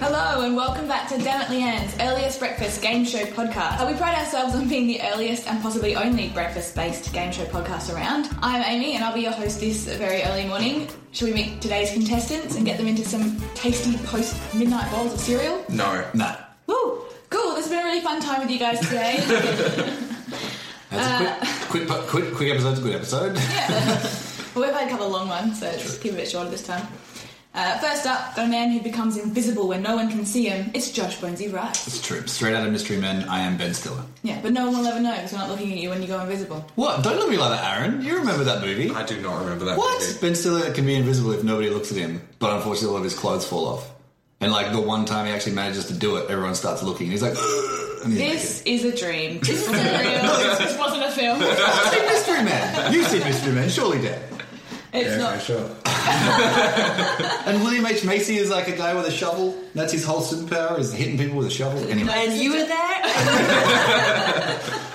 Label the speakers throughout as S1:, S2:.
S1: Hello and welcome back to Damn It Leanne's earliest breakfast game show podcast. Uh, We pride ourselves on being the earliest and possibly only breakfast-based game show podcast around. I'm Amy and I'll be your host this very early morning. Shall we meet today's contestants and get them into some tasty post-midnight bowls of cereal?
S2: No.
S3: No.
S1: Woo! Cool. This has been a really fun time with you guys today.
S3: That's a quick, quick, quick, quick episode. Good episode.
S1: yeah. Well, we've had a couple of long ones, so just keep it a bit shorter this time. Uh, first up, the man who becomes invisible when no one can see him. It's Josh Bonesy Wright.
S3: It's true. Straight out of Mystery Men, I am Ben Stiller.
S1: Yeah, but no one will ever know because we're not looking at you when you go invisible.
S3: What? Don't look at me like that, Aaron. You remember that movie?
S2: I do not remember that.
S3: What?
S2: movie.
S3: Ben Stiller can be invisible if nobody looks at him, but unfortunately, all of his clothes fall off. And like the one time he actually manages to do it, everyone starts looking, and he's like, and
S1: This
S3: he's
S1: is a dream. This wasn't real. This wasn't a film.
S3: naked. I've seen Mystery Men. You've seen Mystery Men, surely, Dan.
S1: It's
S2: Yeah,
S1: not.
S2: okay, sure.
S3: And William H Macy is like a guy with a shovel. That's his whole superpower is hitting people with a shovel. Anyway,
S1: And you were there.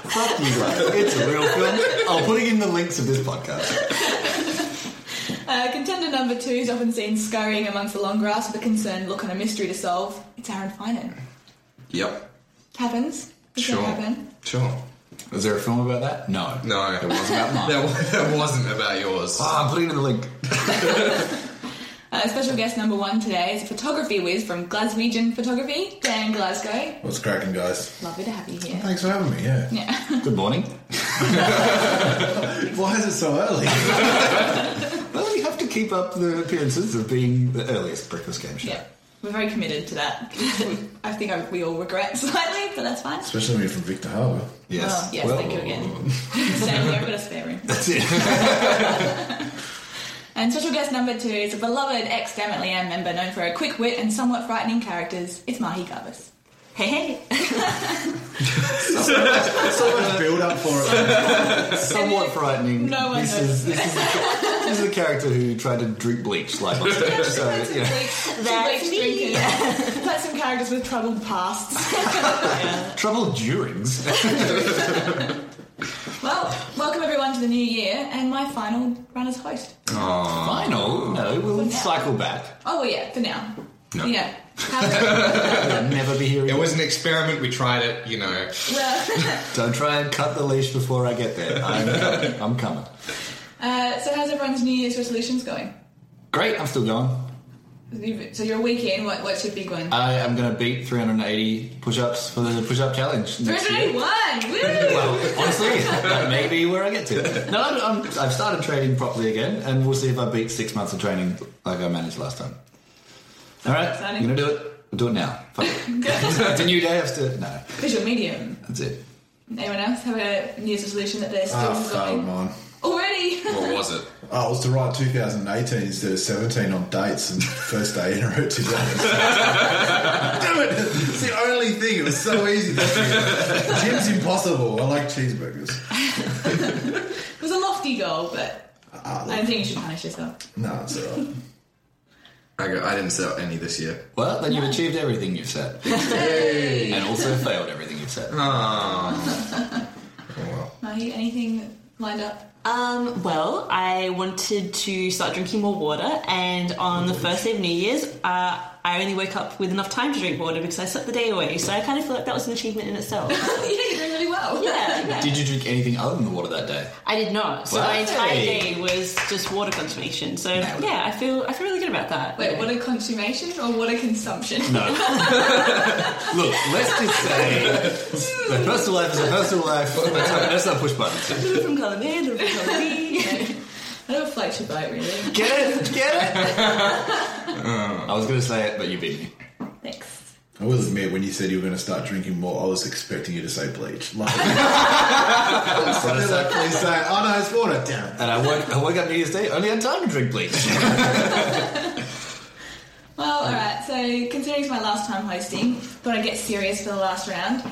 S3: fuck you guys. It's a real film. I'll put it in the links of this podcast.
S1: Uh, contender number two is often seen scurrying amongst the long grass with a concerned look on a mystery to solve. It's Aaron Finan.
S2: Yep.
S1: Happens. It's gonna
S2: Sure.
S1: Happen.
S2: Sure.
S3: Is there a film about that? No.
S2: No.
S3: It was about mine.
S2: That, wa- that wasn't about yours.
S3: Ah, I'm putting it in the link.
S1: Uh, special guest number one today is a photography whiz from Glaswegian Photography, Dan Glasgow.
S4: What's cracking, guys?
S1: Lovely to have you here.
S4: Thanks for having me, yeah.
S1: Yeah.
S3: Good morning.
S4: Why is it so early?
S3: Well, we have to keep up the appearances of being the earliest breakfast game show.
S1: yeah. We're very committed to that. I think I, we all regret slightly, but that's fine.
S4: Especially when you're from Victor Harbour.
S3: Yes.
S1: Well, Oh, yes, thank you again. Same here, but a spare room.
S3: That's it.
S1: And special guest number two is a beloved ex Dammit Leanne member known for her quick wit and somewhat frightening characters. It's Mahi Garvis. Hey, hey.
S4: So much build up for it.
S3: Somewhat frightening.
S1: No one
S3: this
S1: knows.
S3: is, this, is the, this is the character who tried to drink bleach live on stage. So, yeah.
S1: That's me. Play some characters with troubled pasts.
S3: Trouble durings.
S1: Well, welcome everyone to the new year and my final run as host.
S3: Final? No, we'll cycle back.
S1: Oh well, yeah, for now.
S2: No.
S1: Yeah. Have-
S3: I'll never be here
S2: It
S3: again.
S2: was an experiment. We tried it. You know.
S1: well,
S3: Don't try and cut the leash before I get there. I'm coming. I'm coming.
S1: uh, so how's everyone's New Year's resolutions going?
S3: Great, I'm still going.
S1: You've- So you're a week in. What, what's your big one?
S3: I am going to beat 380 push-ups for the push-up challenge next year.
S1: 381. Woo!
S3: Well, honestly, that may be where I get to. No, I'm, I'm, I've started training properly again, and we'll see if I beat six months of training like I managed last time. All right,
S1: exciting.
S3: I'm going to do it. I'll do it now. Fuck it. it's a new day. I've still no.
S1: Visual medium.
S3: That's it.
S1: Anyone else have a New Year's resolution that they're still
S4: Ah, failed
S1: going?
S3: um,
S4: mine.
S1: Already.
S2: What was it?
S4: Oh, it was to write 2018 instead of 17 on dates and first day in a row 2000. Damn it! It's the only thing. It was so easy. this year. Gym's impossible. I like cheeseburgers.
S1: It was a lofty goal, but
S4: Ah,
S1: I
S4: look.
S1: don't think you should punish yourself.
S4: No, it's alright.
S2: I, go, I didn't sell any this year.
S3: Well, then you've achieved everything you've set,
S1: Hey.
S3: and also failed everything you've set.
S1: Mahi, anything lined up?
S5: Um, well, I wanted to start drinking more water, and on the first day of New Year's, uh, I only woke up with enough time to drink water because I slept the day away. So I kind of feel like that was an achievement in itself.
S1: yeah, you're doing really well.
S5: yeah, yeah.
S3: Did you drink anything other than the water that day?
S5: I did not. So
S3: Wow.
S5: my entire
S3: Hey.
S5: day was just water consumption. So
S3: Nailed it.
S5: yeah, I feel I feel really good about that.
S1: Wait, what a consummation or what a consumption?
S3: Look, let's just say the personal life is a personal life. Let's not, let's not push buttons.
S5: Little from column A, little from column B.
S1: I don't float your boat, really.
S3: Get it? Get it? Uh, I was going to say it, but you beat me.
S1: Thanks.
S4: I will admit, when you said you were going to start drinking more, I was expecting you to say bleach. Like, something like, please say, oh no, it's water. Damn it.
S3: And I woke, I woke up New Year's Day, only had time to drink bleach.
S1: Well, alright, so considering it's my last time hosting, thought I'd get serious for the last round.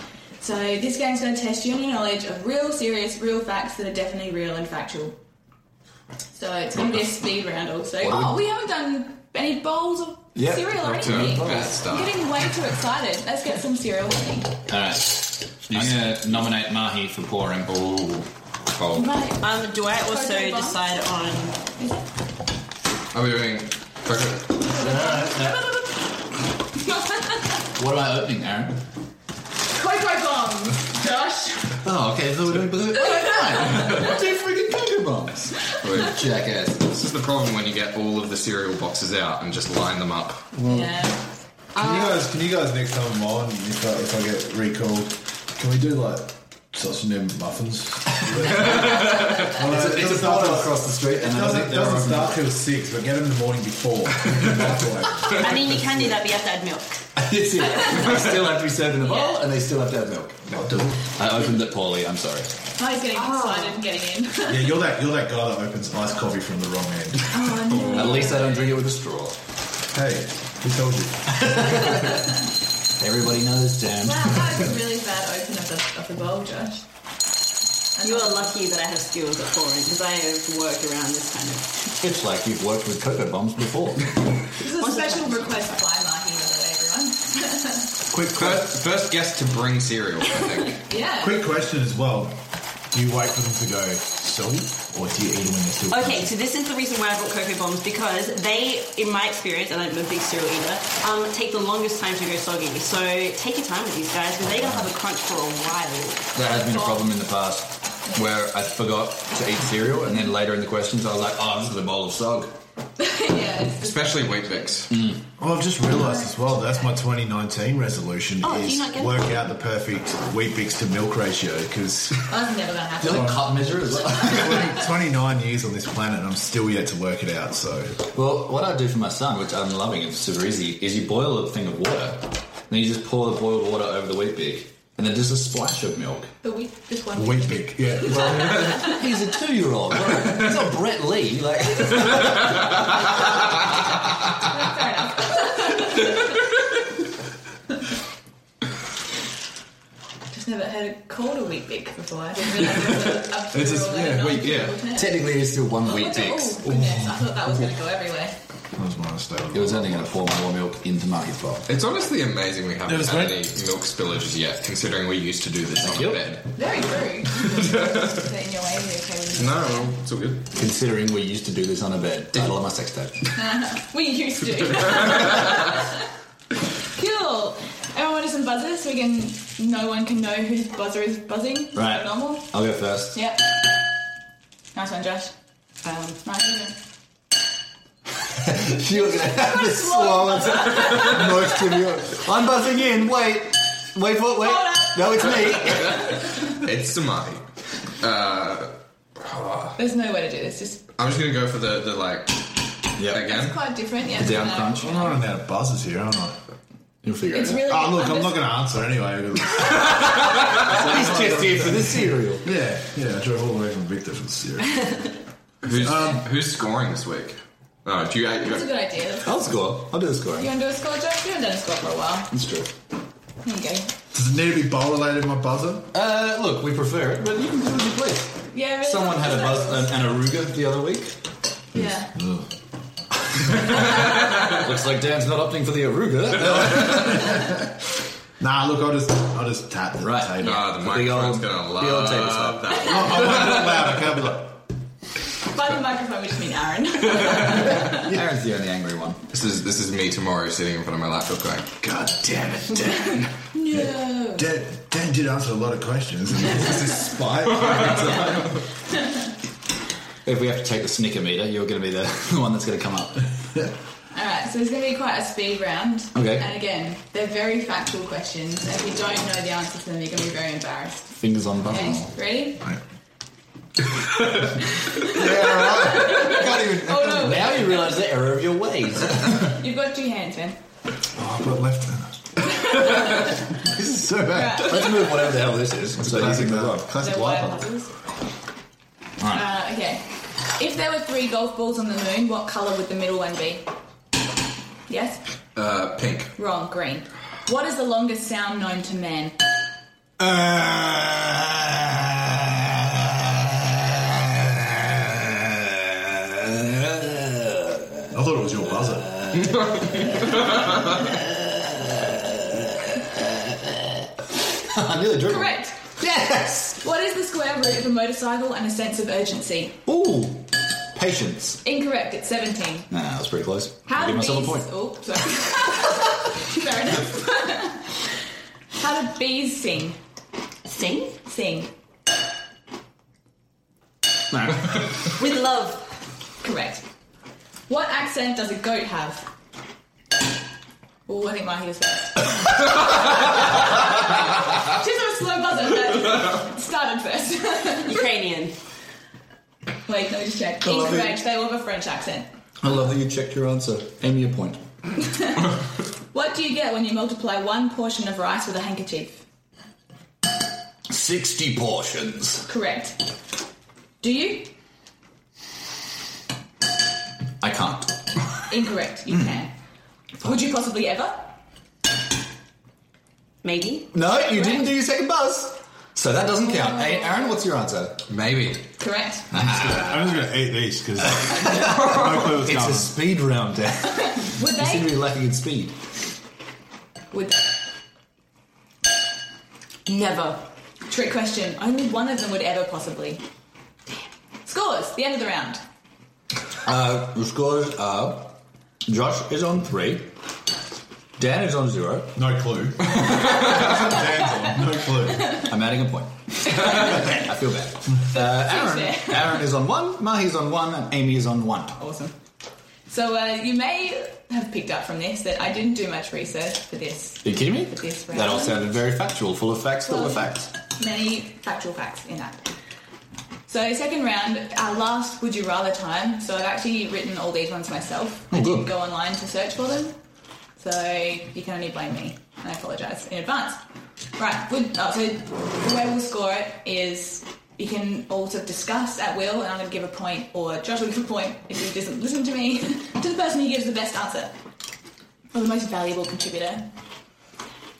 S1: So this game's going to test you on your knowledge of real, serious, real facts that are definitely real and factual. So it's going to be a speed round also.
S3: What do we-
S1: Oh, we haven't done any bowls of
S3: Yeah,
S1: cereal or
S3: we're
S2: So,
S1: anything.
S3: bowls.
S1: I'm
S2: good stuff.
S1: getting way too excited. Let's get some cereal. honey.
S6: All right. I'm going to nominate Mahi for pouring. Oh, cold.
S1: Right.
S5: Um, do I also
S1: Okay, Bob.
S5: decide on
S1: Is it?
S2: I'll be doing coconut.
S6: What am I opening, Aaron?
S1: Cocoa bombs, Josh.
S3: Oh, okay, so we're doing blue. Two freaking cocoa bombs.
S2: Wait,
S3: Jackass.
S2: This is the problem when you get all of the cereal boxes out and just line them up.
S1: yeah.
S4: Can you guys, can you guys next time I'm on, if I, if I get recalled, can we do like sausage and muffins? Well, no, it
S3: It's a
S4: doesn't
S3: photo
S4: start
S3: across the street, and I
S4: till- doesn't,
S3: think there are
S4: doesn't start till six, but get them in the morning before. Microwave.
S5: I mean, you can do that, but you have to add milk.
S3: It's it. They still have to be served in a bowl, and they still have to have milk.
S4: I'll do it.
S6: I opened it poorly. I'm sorry.
S1: Oh, he's getting excited getting in.
S4: Yeah, you're that you're that guy that opens iced coffee from the wrong end.
S1: Oh,
S3: At least I don't drink it with a straw.
S4: Hey, who told you?
S3: Everybody knows, Dan.
S1: Wow, that was a really bad open of the, of the bowl, Josh.
S5: You are lucky that I have skills at pouring because I have worked around this kind of.
S3: It's like you've worked with cocoa bombs before.
S1: This is a special request by Mahi, by the way, everyone.
S4: Quick,
S2: First, first guest to bring cereal, I think.
S1: Yeah.
S4: quick question as well. Do you wait for them to go soggy, or do you eat them when they're still?
S5: Okay, so this is the reason why I bought cocoa bombs because they, in my experience, and I'm a big cereal eater, um, take the longest time to go soggy. So take your time with these guys because they don't have a crunch for a while.
S3: There has been a problem in the past where I forgot to eat cereal, and then later in the questions I was like, "Oh, this is a bowl of sog."
S1: yeah, it's just,
S2: Especially Wheat Bix.
S4: Well, I've just realised as well. That's my 2019 resolution
S5: Oh, do you
S4: is
S5: not get
S4: work out the perfect wheat bix to milk ratio because
S1: that's never gonna happen.
S3: Doesn't cup measure as well.
S4: 29 years on this planet, I'm still yet to work it out. So
S3: well, what I do for my son, which I'm loving, it's super easy, is you boil a thing of water, then you just pour the boiled water over the wheat big, and then just a splash of milk.
S1: But we just one.
S4: wheat bix, yeah.
S3: He's a two-year-old. What- He's not Brett Lee. Like,
S1: Fair enough. just never heard it called a wheat big before. I didn't realise it was a, a
S2: It's just-
S1: plural
S2: yeah,
S1: and not
S2: wheat, yeah.
S1: alternate.
S3: technically, it's still one
S1: Oh,
S3: wheat bix.
S1: Oh, goodness, I thought that was gonna go everywhere.
S4: That was my mistake.
S3: It was only going to pour more milk into Marty's bowl.
S2: It's honestly amazing we haven't
S4: was
S2: had
S4: great.
S2: any milk spillages yet, considering we used to do this on
S3: you.
S2: the bed.
S1: Very rude. Getting your way here, Katie.
S2: No, it's all good.
S3: Considering we used to do this on a bed. Title of my sex tape.
S1: We used to. cool. Everyone do some buzzers so we can. No one can know whose buzzer is buzzing.
S3: Right.
S1: Normal.
S3: I'll go first.
S1: Yep. Nice one, Josh.
S5: Um,
S1: Nice one.
S3: She was going to have the
S1: Slow.
S3: slowest, most trivial. I'm buzzing in. Wait. Wait for it. Wait.
S1: Hold up.
S3: No, it's me.
S2: It's Samahi.
S1: There's no way to do this. Just
S2: I'm just gonna go for the, the like again.
S1: quite different. Yeah.
S3: Down
S1: no.
S3: crunch.
S4: I'm running out of buzzers here, aren't I?
S3: You'll figure
S1: It's
S3: it out.
S1: really.
S4: Oh, look, I'm not
S1: just-
S4: going to answer anyway.
S3: He's just here for the cereal.
S4: yeah, yeah, I drove all the way from Victor for the cereal.
S2: Who's who's scoring this week? Oh, do you, you
S1: That's a good idea.
S3: I'll score. I'll do the
S1: You
S3: scoring.
S1: want to do a score, Josh? You haven't done a score for a while.
S3: That's true.
S1: Here you go.
S4: Does it need to be bowl related, my buzzer?
S3: Uh, look, we prefer it, but you can do as you please.
S1: Yeah. Really
S3: Someone
S1: good
S3: had a buzz,
S1: buzzers.
S3: an, an aruga the other week.
S1: Yeah.
S3: Looks like Dan's not opting for the aruga.
S4: Nah, look, I'll just, I'll just tap the
S3: Right.
S4: table.
S2: Ah, the
S3: The big
S2: microphone's
S3: old-
S2: gonna
S3: the old table
S2: love
S3: side.
S2: that.
S4: I I won't be loud. I can't be like,
S1: By the microphone, we just mean Aaron.
S3: Aaron's the only angry one.
S2: This is this is me tomorrow sitting in front of my laptop going.
S4: God damn it, Dan.
S1: no.
S4: Dan, Dan did answer a lot of questions. And this is spite.
S3: If we have to take the snicker meter, you're going to be the, the one that's going to come up.
S1: All right, so it's going to be quite a speed round.
S3: Okay.
S1: And again, they're very factual questions. If you don't know the answer to them, you're going to be very embarrassed.
S3: Fingers on
S1: Okay,
S3: button.
S1: ready?
S3: Can't even-
S1: Oh, no.
S3: Now you realise the error of your ways.
S1: You've got two hands, man.
S4: oh, I've got left hand. this is so bad.
S1: Right.
S3: Let's move whatever the hell this is. So you
S4: classic
S3: can move
S4: uh,
S3: on.
S4: classic
S1: They're wire
S4: wiper.
S1: puzzles.
S3: Alright.
S1: Uh, okay. If there were three golf balls on the moon, what colour would the middle one be? Yes?
S2: Uh, pink.
S1: Wrong. Green. What is the longest sound known to man?
S3: Uh, I nearly drew
S1: Correct.
S3: Yes!
S1: What is the square root of a motorcycle and a sense of urgency?
S3: Ooh! Patience.
S1: Incorrect. It's seventeen.
S3: Nah, that was pretty close.
S1: How
S3: I'll
S1: do
S3: give myself
S1: bees?
S3: a point.
S1: Oh, sorry. Fair enough. How do bees sing?
S5: Sing
S1: Sing.
S5: with love.
S1: Correct. What accent does a goat have? Oh, I think Mahi was first. She's on a slow buzzer, but started first.
S5: Ukrainian.
S1: Wait, let me just check.
S3: love it.
S1: Incorrect. They all have a French accent.
S3: I love that you checked your answer. Aim your point.
S1: What do you get when you multiply one portion of rice with a handkerchief?
S3: 60 portions.
S1: Correct. Do you?
S3: I can't.
S1: Incorrect. You can. Would you possibly ever?
S5: Maybe.
S3: No, you didn't do your second buzz. So that doesn't count. Hey, Aaron, what's your answer?
S6: Maybe.
S1: Correct.
S7: I'm just gonna eat these because no clue what's
S3: It's a
S7: going
S3: speed round, Dan.
S1: Would
S3: you seem to
S1: they?
S3: be lacking in speed.
S1: Would
S5: Never.
S1: Trick question. Only one of them would ever possibly. Scores. The end of the round.
S3: Uh, the scores are Josh is on three, Dan is on zero.
S4: No clue. Dan's on. No clue.
S3: I'm adding a point. I feel bad. Uh, Aaron, Aaron is on one, Mahi's on one, and Amy is on one.
S1: Awesome. So uh, you may have picked up from this that I didn't do much research for this.
S3: Are you kidding me?
S1: Yes,
S3: That all sounded very factual, full of facts that were facts.
S1: Many factual facts in that. So second round, our last would you rather time. So I've actually written all these ones myself. I
S3: Oh,
S1: didn't
S3: good.
S1: go online to search for them. So you can only blame me, and I apologise in advance. Right, would, oh, so the way we'll score it is you can all sort of discuss at will, and I'm going to give a point, or Josh will give a point if he doesn't listen to me, to the person who gives the best answer, or the most valuable contributor.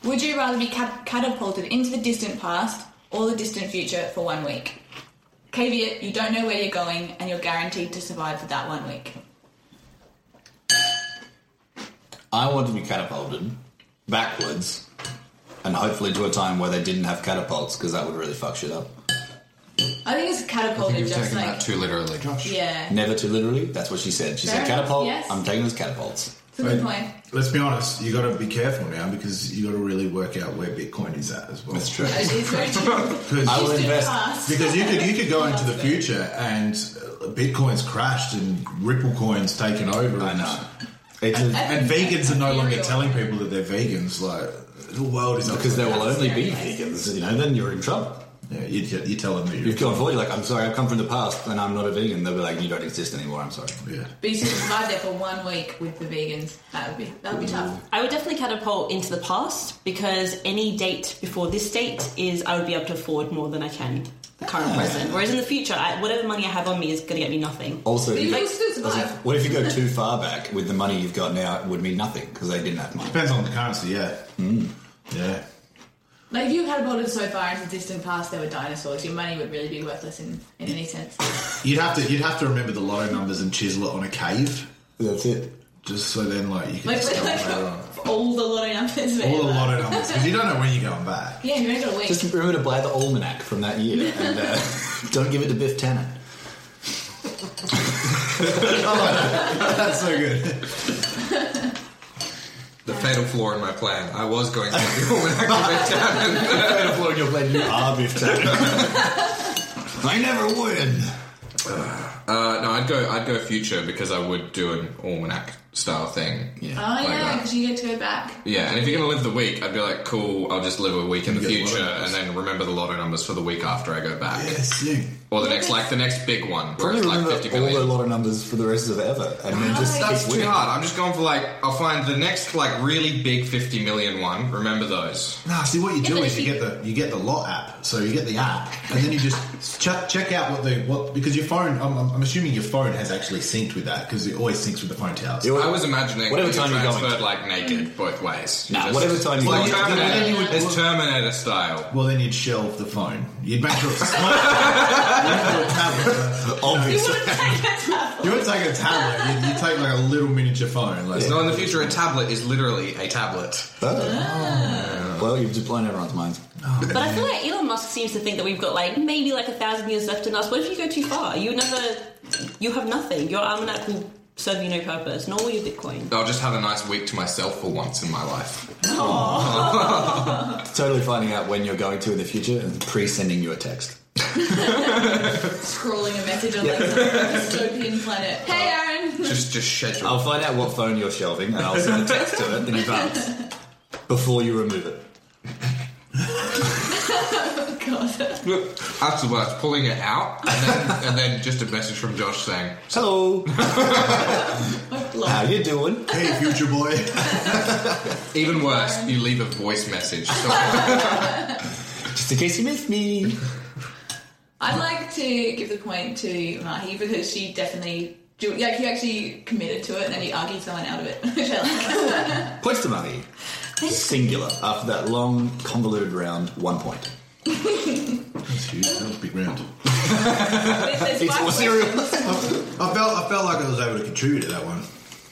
S1: Would you rather be cat- catapulted into the distant past or the distant future for one week? Caveat, you don't know where you're going, and you're guaranteed to survive for that one week.
S3: I want to be catapulted backwards and hopefully to a time where they didn't have catapults because that would really fuck shit up.
S1: I think it's
S6: I think
S1: catapulted
S6: you're
S1: just
S6: taking
S1: like
S6: that too literally.
S1: yeah.
S3: Never too literally, that's what she said. She
S1: Fair
S3: said
S1: enough,
S3: catapult,
S1: yes.
S3: I'm taking those catapults.
S1: It's a good point.
S4: Let's be honest. You got to be careful now because you got to really work out where Bitcoin is at as well. That's true.
S1: It is very true.
S3: I will
S1: Distant
S3: invest.
S1: past.
S4: Because you could you could go into the future and uh, Bitcoin's crashed and Ripple coins taken over.
S3: I
S4: and-
S3: know. It's a-
S4: And vegans are no longer
S1: Ethereal.
S4: telling people that they're vegans. Like the world is
S3: because there will
S1: That's
S3: only be
S1: scary.
S3: vegans, you know, then you're in trouble.
S4: Yeah, you, you tell them that you're.
S3: You've gone forward, you're like, I'm sorry, I've come from the past and I'm not a vegan. They'll be like, you don't exist anymore, I'm sorry.
S4: Yeah.
S1: But you should survive there for one week with the vegans. That would be that would be tough.
S5: I would definitely catapult into the past because any date before this date is I would be able to afford more than I can the current
S3: Ah.
S5: present. Whereas in the future, I, whatever money I have on me is going to get me nothing.
S3: Also,
S1: But
S3: if
S1: you
S3: you-
S1: can still survive.
S3: what if you go too far back with the money you've got now? It would mean nothing because they didn't have money.
S4: Depends on the currency. Yeah. Yeah.
S1: Like if you catapulted so far into the distant past, there were dinosaurs. Your money would really be worthless in, in any sense.
S4: You'd have to you'd have to remember the lotto numbers and chisel it on a cave,
S3: That's it.
S4: just so then like you can
S1: Like,
S4: discover later on.
S1: for all the lotto numbers.
S4: all the lotto numbers because you don't know when you're going back.
S1: Yeah, you only got a week.
S3: Just remember to buy the almanac from that year and uh, don't give it to Biff Tannen.
S4: That's so good.
S6: The fatal flaw in my plan. I was going to do all that
S3: You're glad you are Biff Tannen. I never would.
S6: Uh No, I'd go. I'd go future because I would do an almanac style thing.
S3: Yeah.
S1: Oh
S6: Like
S1: yeah,
S6: that.
S1: because you get to go back.
S6: Yeah, and if you're gonna live the week, I'd be like, cool. I'll just live a week in the
S4: You get the
S6: future
S4: lotto numbers.
S6: and then remember the lotto numbers for the week after I go back,
S4: Yes. Yeah.
S6: or the next like the next big one. Where
S3: Probably
S6: it's like
S3: remember
S6: 50
S3: all
S6: million.
S3: the lot of numbers for the rest of ever and then
S1: Nice.
S3: just keep
S6: That's too
S3: winning.
S6: hard. I'm just going for like I'll find the next like really big 50 million one. Remember those?
S4: Nah, see what you
S1: Yeah,
S4: do
S1: but
S4: is
S1: if
S4: you
S1: you-
S4: get the you get the lot app, so you get the app, and then you just check check out what the what because your phone. I'm, I'm I'm assuming your phone has actually synced with that because it always syncs with the phone towers.
S3: It always
S6: I was imagining
S3: Whatever
S6: that
S3: time you're going.
S6: transferred like naked both ways. You
S3: Nah,
S6: just-
S3: whatever time you're
S6: Like
S3: going.
S6: Terminator.
S4: Then you would-
S6: it's Terminator style.
S4: Well, then you'd shelve the phone. You'd make sure it's a tablet.
S3: Obviously.
S4: You wouldn't take a tablet. You'd, you'd take like a little miniature phone. Like,
S6: So in the future, a tablet is literally a tablet.
S3: Oh. Well, you've just blown everyone's minds.
S5: But I feel like Elon Musk seems to think that we've got like maybe like a thousand years left in us. What if you go too far? You never, you have nothing. Your almanac will serve you no purpose, nor will your Bitcoin.
S6: I'll just have a nice week to myself for once in my life.
S3: Totally finding out when you're going to in the future and pre-sending you a text.
S1: Scrawling a message on like some dystopian planet. Hey, Aaron.
S6: Just, just schedule.
S3: I'll find out what phone you're shelving and I'll send a text to it in advance before you remove it.
S1: Oh, God.
S6: Afterwards, pulling it out, and then, and then just a message from Josh saying,
S3: Hello, how you doing?
S4: hey, future boy.
S6: even worse, you leave a voice message. So
S3: Just in case you miss me.
S1: I'd like to give the point to Mahi because she definitely. do- Like, you actually committed to it and you argued someone out of it. Which I like.
S3: Points to Mahi. Singular. After that long, convoluted round, one point.
S4: That's huge. That was a big round.
S1: There's- there's
S3: It's
S1: five
S3: more
S1: questions.
S3: serial.
S4: I felt, I felt like I was able to contribute to that one.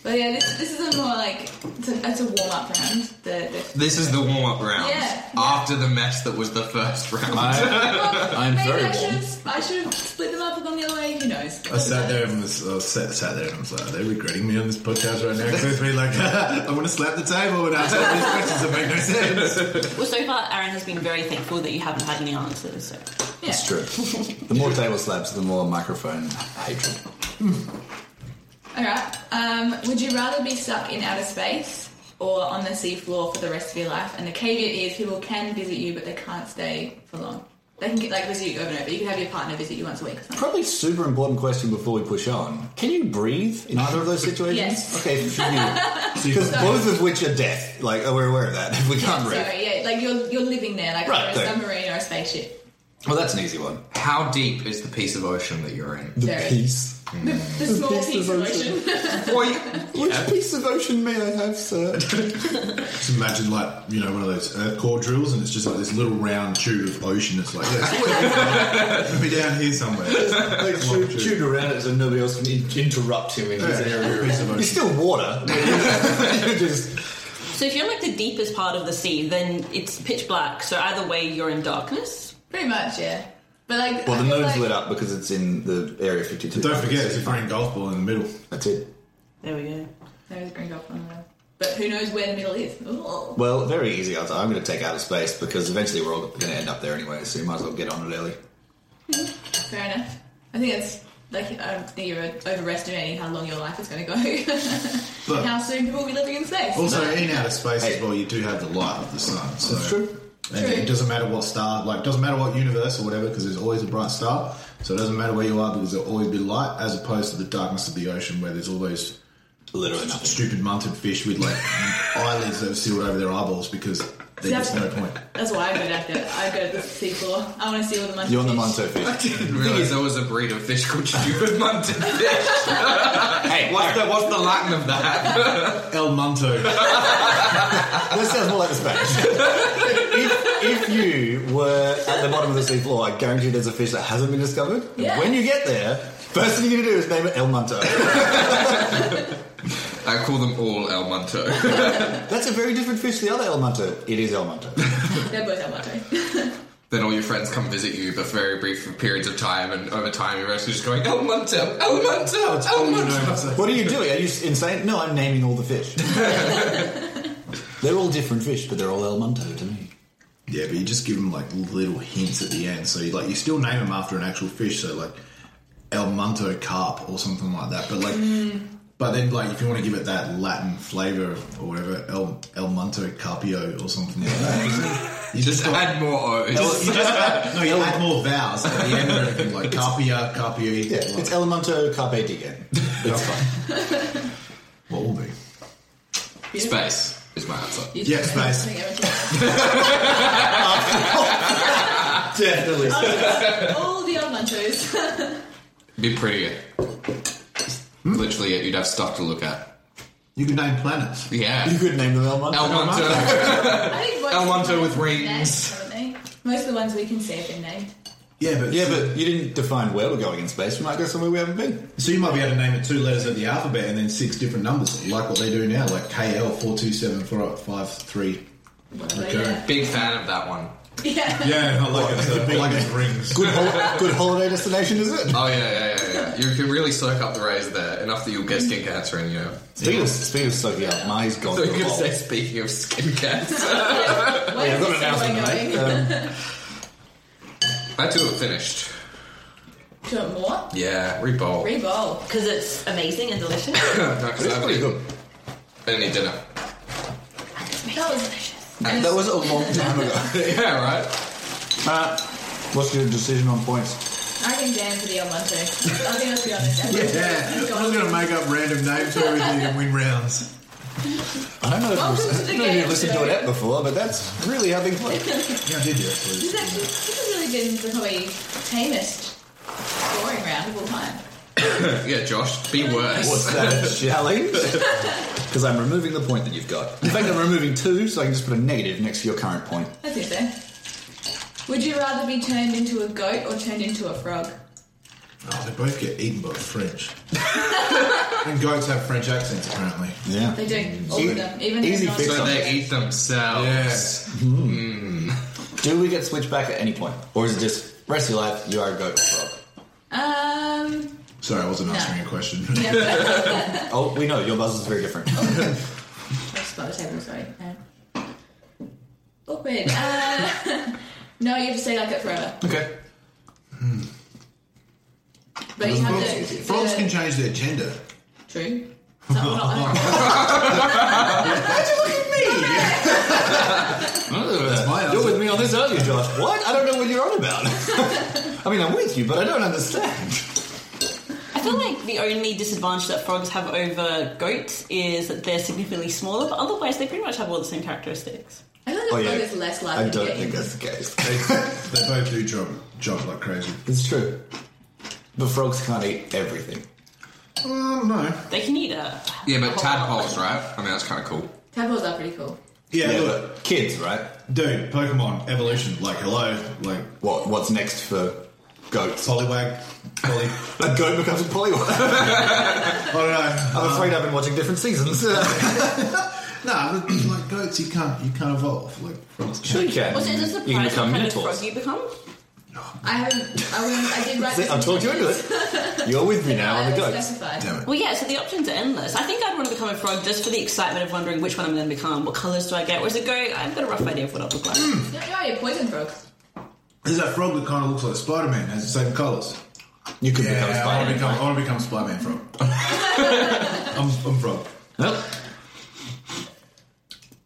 S1: But yeah, this, this is a more like. It's a, it's a warm up round. The, the
S6: this is the warm up round
S1: Yeah.
S6: after the mess that was the first round.
S3: I, I'm
S1: Maybe
S3: very
S1: I should
S3: warm.
S1: have I should have split them up and gone the other way. Who knows?
S4: I sat there and was, I was sat, sat there and I was like, are they regretting me on this podcast right now? Because me like, I want to slap the table when I ask all these questions that make no sense.
S5: Well, so far Aaron has been very thankful that you haven't had any answers. So
S1: Yeah.
S3: It's true. The more table slabs, the more microphone hatred.
S1: All right. Um, would you rather be stuck in outer space or on the seafloor for the rest of your life? And the caveat is people can visit you, but they can't stay for long. They can get, like visit you over and over. You can have your partner visit you once a week. Or something.
S3: Probably super important question before we push on. Can you breathe in either of those situations?
S1: Yes.
S3: Okay, should you? Because both of which are death. Like, oh, we're aware of that. If we can't breathe.
S1: Sorry, yeah, like you're you're living there, like
S3: Right,
S1: either a
S3: there.
S1: submarine or a spaceship.
S3: Well, that's an easy one.
S6: How deep is the piece of ocean that you're in?
S3: The
S1: There.
S3: piece.
S1: The small
S3: piece
S1: piece,
S3: of
S1: of
S3: ocean.
S1: ocean.
S6: Well, you-
S3: Which piece of ocean may I have, sir?
S4: Just imagine like, you know, one of those earth core drills and it's just like this little round tube of ocean. It's like, "Yeah, it'll be down here somewhere.
S3: like, shoot, shoot around it so nobody else can in- interrupt him in his area.
S4: Piece of
S3: It's
S4: ocean.
S3: still water. but you just
S5: So if you're like the deepest part of the sea, then it's pitch black. So either way, you're in darkness.
S1: Pretty much, yeah. But like,
S3: well,
S1: I
S3: the
S1: feel
S3: node's
S1: like,
S3: lit up because it's in the area 52.
S4: Don't forget, it's a green golf ball in the middle.
S3: That's it.
S5: There we go.
S1: There is a green golf on there. But who knows where the middle is? Ooh.
S3: Well, very easy answer. I'm going to take out of space because eventually we're all going to end up there anyway, so you might as well get on it early.
S1: Fair enough. I think it's like I don't think you're overestimating how long your life is going to go.
S4: But-
S1: how soon people will be living in space.
S4: Also, in outer space
S3: Hey.
S4: as well, you do have the light of the sun. So.
S3: That's true.
S4: And
S1: True.
S4: it doesn't matter what star, like, doesn't matter what universe or whatever, because there's always a bright star. So it doesn't matter where you are because there'll always be light, as opposed to the darkness of the ocean where there's all those
S3: Literally nothing.
S4: stupid munted fish with like eyelids that have sealed over their eyeballs because there's just no point.
S1: That's why I go down there. I go to the seafloor. I want to see all the monkeys.
S3: You're on the Monto fish.
S6: didn't realise there was a breed of fish called stupid munted fish.
S3: hey,
S6: What's the, what's the Latin of that?
S4: El Munto.
S3: That sounds more like the Spanish. if, if you were at the bottom of the seafloor, I guarantee there's a fish that hasn't been discovered. And
S1: Yeah.
S3: When you get there, first thing you're going to do is name it El Munto.
S6: I call them all El Munto.
S3: That's a very different fish to the other El Munto. It is El Munto.
S1: They're both our motto.
S6: then all your friends come visit you for very brief periods of time, and over time you're actually just going El Munto, El Munto, El Munto.
S3: What are Oh, you doing? Are you s- insane? No, I'm naming all the fish. they're all different fish, but they're all El Munto to me.
S4: yeah, but you just give them like little hints at the end. So you like, you still name them after an actual fish. So like El Munto carp or something like that. But like, but then like, if you want to give it that Latin flavor or whatever, El, El Munto carpio or something like that. You
S6: Just add more O's.
S4: You just add, no, you add more vowels at the end or anything, like carpia, carpio.
S3: Yeah, it's El Munto Carpe Diem. It's fine.
S4: What will be?
S6: Space is my answer.
S4: Yeah, space.
S3: Definitely.
S1: all the old munchos.
S6: Be prettier. Literally, you'd have stuff to look at.
S4: You could name planets.
S3: You
S6: Yeah.
S3: could name them El Monte.
S6: El Monte.
S1: I think most
S6: El Monte
S1: of the
S6: with
S1: ones we've named,
S6: rings.
S1: haven't they? Most of the ones we can see have been named.
S4: Yeah, but
S3: Yeah, but you didn't define where we're going in space. We might go somewhere we haven't been.
S4: so you might be able to name it two letters of the alphabet and then six different numbers, like what they do now, like KL four two seven four five three.
S1: Whatever,
S4: Okay.
S1: yeah.
S6: Big fan of that one.
S1: Yeah.
S7: Yeah, I like it. uh, I like it rings.
S3: Good, hol- good holiday destination, is it?
S6: Oh yeah, yeah, yeah, yeah. You can really soak up the rays there enough that you'll get skin cancer, and you know.
S3: Speaking of, speaking of Sophie, yeah. Mai's gone. for
S6: So you're
S3: a
S6: gonna
S3: walk.
S6: say, speaking of skin cancer,
S1: Where
S3: Yeah,
S1: is
S3: I've got an
S1: this all
S3: announcement to
S1: going?
S3: make. Um,
S6: I too have finished.
S1: Do you want more?
S6: Yeah, rebowl.
S1: Re-roll.
S5: Because it's amazing and delicious.
S6: That's
S3: pretty good.
S6: Any dinner?
S1: That was delicious.
S3: that was a long time ago.
S6: Yeah, right.
S3: Matt, Uh, what's your decision on points?
S1: I can Dan for the El Monte. I'll be honest, be honest.
S4: Yeah, I'm just gonna make up random names for everything and win rounds.
S3: I don't know if
S1: Welcome
S3: you've-
S1: to the
S3: I don't know if
S1: game
S3: you've listened to
S1: show.
S3: an app before, but that's really how things work.
S4: Yeah, I did you actually?
S1: This is actually this has really been the probably tamest scoring round of all time.
S6: Yeah, Josh, be worse.
S3: What's that, Shelley? Because I'm removing the point that you've got. In fact, I'm removing two, so I can just put a negative next to your current point.
S1: That's it then. Would you rather be turned into a goat or turned into a frog?
S4: Oh, they both get eaten by the French. and goats have French accents, apparently.
S3: Yeah.
S1: They do. All
S3: Easy-
S1: of them. Even
S3: easy
S1: the
S3: fix
S6: So
S1: non-
S6: they eat themselves.
S4: Yes.
S3: Do we get switched back at any point? Or is it just rest of your life, you are a goat or frog?
S1: Um.
S4: Sorry, I wasn't answering your question.
S1: Yeah.
S3: Oh, we know, your buzz is very different.
S1: Oh, Just spot the table, sorry. Um, Awkward. Uh, no, you have to stay like that forever.
S3: okay.
S1: But you have
S4: frogs,
S1: to.
S4: frogs can change their gender.
S1: True. Some will not.
S4: my
S3: You're
S4: answer.
S3: with me on this earlier, Josh. What? I don't know what you're on about. I mean, I'm with you, but I don't understand.
S5: I feel like the only disadvantage that frogs have over goats is that they're significantly smaller, but otherwise they pretty much have all the same characteristics.
S1: I feel like a frog is less likely
S3: Oh, I don't
S1: to get
S3: think
S1: eaten.
S3: that's the case.
S4: They, they both do job, job like crazy.
S3: It's true. But frogs can't eat everything.
S4: Oh, I don't know.
S5: They can eat a
S6: Yeah, but tadpoles, right? I mean, that's kind of cool.
S1: Tadpoles are pretty cool.
S4: Yeah,
S3: Yeah,
S4: look,
S3: but kids, right?
S4: dude, Pokemon evolution. Like, hello, like
S3: What? What's next for goats?
S4: Poliwag, Poly.
S3: A goat becomes a polywog.
S4: I don't know.
S3: I'm afraid I've been watching different seasons.
S4: Nah, but, like goats, you can't you can't evolve. Like frogs. Can.
S3: sure you can.
S5: Was it a
S3: you can become
S5: surprise what kind of
S3: minotaurs.
S5: frog you become?
S1: I haven't. I, wouldn't, I did write.
S3: See, I've talked you into it. You're with me now on the goats.
S1: Specified.
S4: Damn it.
S5: Well, yeah, so the options are endless. I think I'd want to become a frog just for the excitement of wondering which one I'm going to become, what colours do I get, whereas a goat, I've got a rough idea of what I'll look like.
S3: Hmm.
S1: No, no, you're poison frogs.
S4: There's that frog that kind of looks like Spider Man. Has the same colours.
S3: You could become
S4: Yeah, I want
S3: Spider-Man.
S4: to become I want to become Spider Man frog. I'm, I'm frog.
S3: Nope.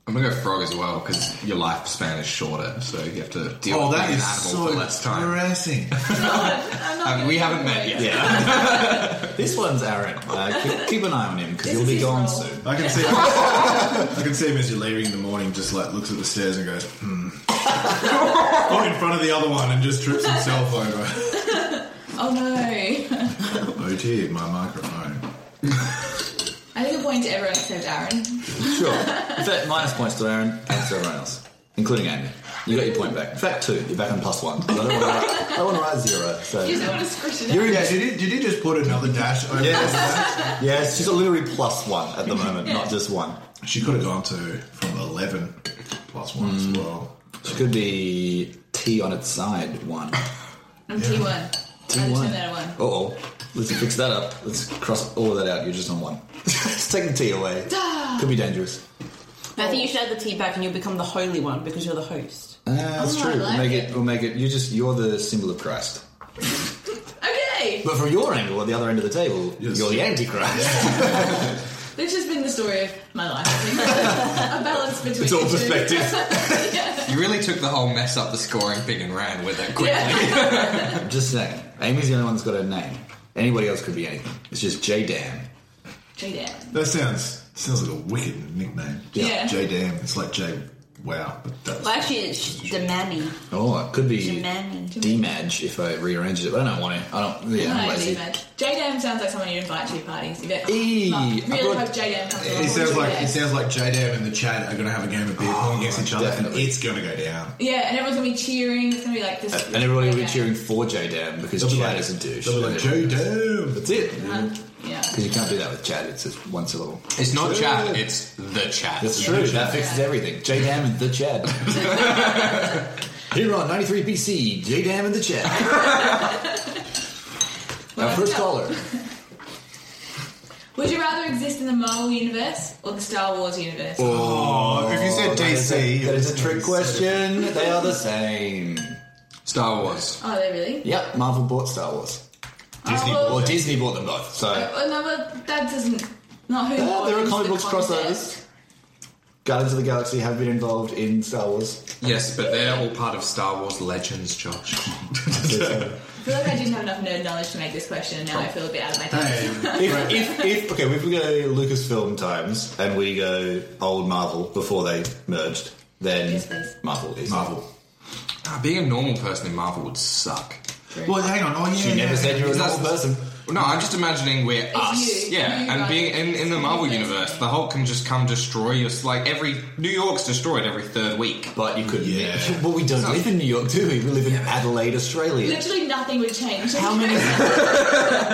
S6: I'm gonna go frog as well because your lifespan is shorter, so you have to deal
S4: Oh,
S6: with
S4: that
S6: being an
S4: is
S6: animal
S4: so
S6: for less time.
S4: harassing.
S1: I'm not
S6: I mean, we haven't met yet.
S3: Yeah. this one's Aaron. Uh, keep, keep an eye on him because
S1: This
S3: he'll
S1: is
S3: be
S1: his
S3: gone
S1: role.
S3: soon.
S4: I can see. I can see him as you're leaving in the morning. Just like looks at the stairs and goes, "Hmm." or in front of the other one and just trips himself over.
S1: Oh no!
S4: Oh dear, my microphone.
S1: I think a point to everyone except Aaron.
S3: Sure. In fact, minus points to Aaron and to everyone else, including Amy. You got your point back. In fact, two. You're back on plus one. 'cause I don't want to. I don't want to write zero. So
S1: You don't want to squish it.
S3: you're in
S4: Yeah, did you, did you just put another dash over?
S3: Yes. Yes, she's literally plus one at the moment, not just one.
S4: that? She could have gone to from eleven plus one as well.
S3: She could be T on its side one.
S1: I'm T1. I'll
S3: T1.
S1: turn that a one.
S3: Uh oh. Let's fix that up. Let's cross all of that out. You're just on one. Let's take the T away. Could be dangerous.
S5: I think you should add the tea back and you'll become the holy one because you're the host.
S3: Ah, that's
S1: Oh, I
S3: true.
S1: like
S3: we'll make
S1: it.
S3: it. We'll make it. You just. You're the symbol of Christ.
S1: Okay,
S3: But from your angle, on the other end of the table,
S4: Yes.
S3: you're the Antichrist.
S1: this has been the story of my life. I think. a balance between
S3: It's all
S1: the two.
S3: perspective.
S6: You really took the whole mess up the scoring thing and ran with it quickly.
S1: Yeah.
S3: just saying. Amy's the only one that's got a name. Anybody else could be anything. It's just J Dan.
S1: J Dan.
S4: That sounds sounds like a wicked nickname.
S1: Yeah.
S4: J Dam. It's like J Wow. But that's,
S5: Well, actually, it's the mammy.
S3: Oh, I could be
S5: Jamani.
S3: demage if I rearranged it, but I don't want to. I don't. Yeah, I'm
S1: No,
S3: lazy.
S1: J Dam sounds like someone you invite to your parties. You get, oh,
S3: Eee,
S1: fuck,
S3: I
S1: really
S3: brought-
S1: hope J Dam comes along.
S4: it sounds like
S1: yeah.
S4: it sounds like JDAM and the chat are going to have a game of beer pong against each other,
S3: definitely.
S4: and it's going to go down.
S1: yeah, and everyone's gonna be cheering. It's gonna be like this.
S3: And everybody will be
S1: Yeah.
S3: cheering for J Dam because
S4: They'll be
S3: Chad
S4: like-
S3: is a douche.
S4: They'll be like,
S3: Everyone-
S4: Joe Dam.
S3: That's it.
S1: Um, Yeah.
S3: Because you can't do that with Chad. It's just one syllable.
S6: It's not chat, it's the chat.
S3: That's true. That fixes everything. J Dam and the Chad. Here on 93 BC, J Dam and the Chad. Our first caller.
S1: Would you rather exist in the Marvel universe or the Star Wars universe?
S4: Oh, if you said DC,
S3: That is a trick question. They are the same.
S6: Star Wars.
S1: Oh, they really?
S3: Yep, Marvel bought Star Wars.
S1: Disney. Oh,
S3: Well, Disney bought them both, so.
S1: well, no, but that doesn't. Not who.
S3: Yeah, there are
S1: owns
S3: comic
S1: the
S3: books
S1: concept.
S3: crossovers. Guardians of the Galaxy have been involved in Star Wars.
S6: Yes, but they're all part of Star Wars Legends, Josh.
S1: I feel like I didn't have enough nerd knowledge to make this question, and now I feel a bit out of my depth.
S4: Hey,
S3: If, if, if, okay, if we go Lucasfilm times and we go old Marvel before they merged, then
S1: Yes, please.
S3: Marvel is
S4: Marvel.
S6: Ah, being a normal person in Marvel would suck.
S4: Well, hang on. Oh, yeah.
S3: You never
S4: yeah.
S3: said you were a normal person.
S6: No, I'm just imagining we're us.
S1: you.
S6: yeah,
S1: You
S6: and
S1: guys.
S6: being in, in the Marvel universe, the Hulk can just come destroy us. Like every New York's destroyed every third week.
S3: But you couldn't.
S4: Yeah.
S3: Well, we don't live in New York, do we? We live in Adelaide, Australia.
S1: Literally nothing would change.
S3: How many?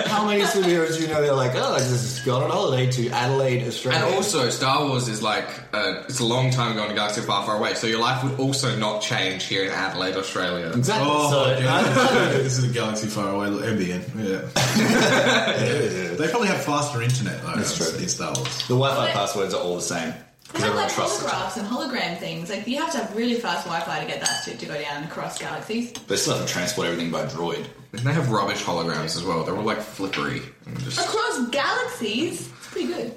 S3: how many superheroes do you know? They're like, oh, I just got on holiday to Adelaide, Australia.
S6: And also, Star Wars is like uh, it's a long time ago in a galaxy far, far away. So your life would also not change here in Adelaide, Australia.
S3: exactly.
S4: Oh,
S3: so, uh,
S4: yeah. this is a galaxy far away. look, NBN. Yeah. Yeah. They probably have faster internet, though. That's
S3: true.
S4: In Star Wars.
S3: the Wi-Fi passwords are all the same
S1: They
S3: because
S1: have
S3: everyone
S1: like
S3: trusts it.
S1: holographs and hologram things. Like you have to have really fast Wi-Fi to get that to, to go down across galaxies.
S3: They still have to transport everything by droid.
S6: And they have rubbish holograms as well. They're all like flippery. And just,
S1: Across galaxies, it's pretty good.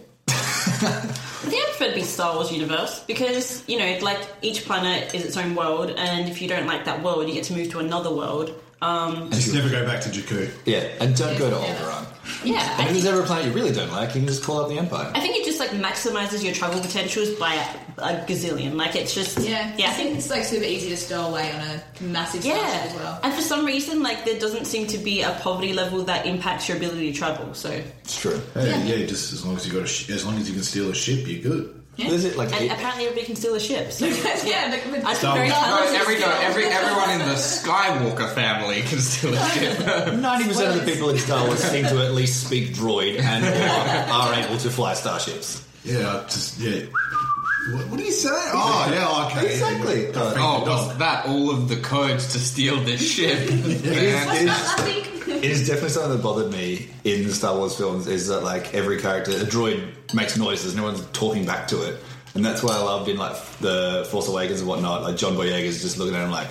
S5: I think I prefer to be Star Wars universe because you know, like each planet is its own world, and if you don't like that world, you get to move to another world.
S4: Just never go back to Jakku.
S3: Yeah, and don't go to
S1: Yeah.
S3: Alderaan.
S5: Yeah,
S3: And
S5: I
S3: if there's
S5: think,
S3: ever a planet you really don't like, you can just call up the Empire.
S5: I think it just like maximizes your travel potentials by a, a gazillion. Like it's just
S1: Yeah,
S5: yeah.
S1: I think it's like super easy to stow away on a massive
S5: yeah,
S1: starship as well.
S5: and for some reason, like there doesn't seem to be a poverty level that impacts your ability to travel. So
S3: It's true.
S4: Hey,
S1: Yeah.
S4: yeah. just as long as you got a sh- as long as you can steal a ship, you're good.
S1: Yeah.
S3: Is it like
S5: and
S3: eight-
S5: apparently everybody can steal a ship. So
S1: yeah, the, the,
S5: I'd be
S4: Star
S5: very
S4: Wars.
S6: no, every, no, every everyone in the Skywalker family can steal a ship.
S3: Ninety percent of the people in Star Wars seem to at least speak droid and or are able to fly starships.
S4: Yeah, I just yeah. What, what do you say? Oh, yeah, okay.
S3: Exactly.
S4: Yeah, yeah.
S6: oh, was that all of the codes to steal this ship? Man.
S3: It is,
S1: nothing.
S3: it is definitely something that bothered me in the Star Wars films is that like every character, the droid makes noises, no one's talking back to it, and that's why I loved in like the Force Awakens and whatnot. Like John Boyega's just looking at him like.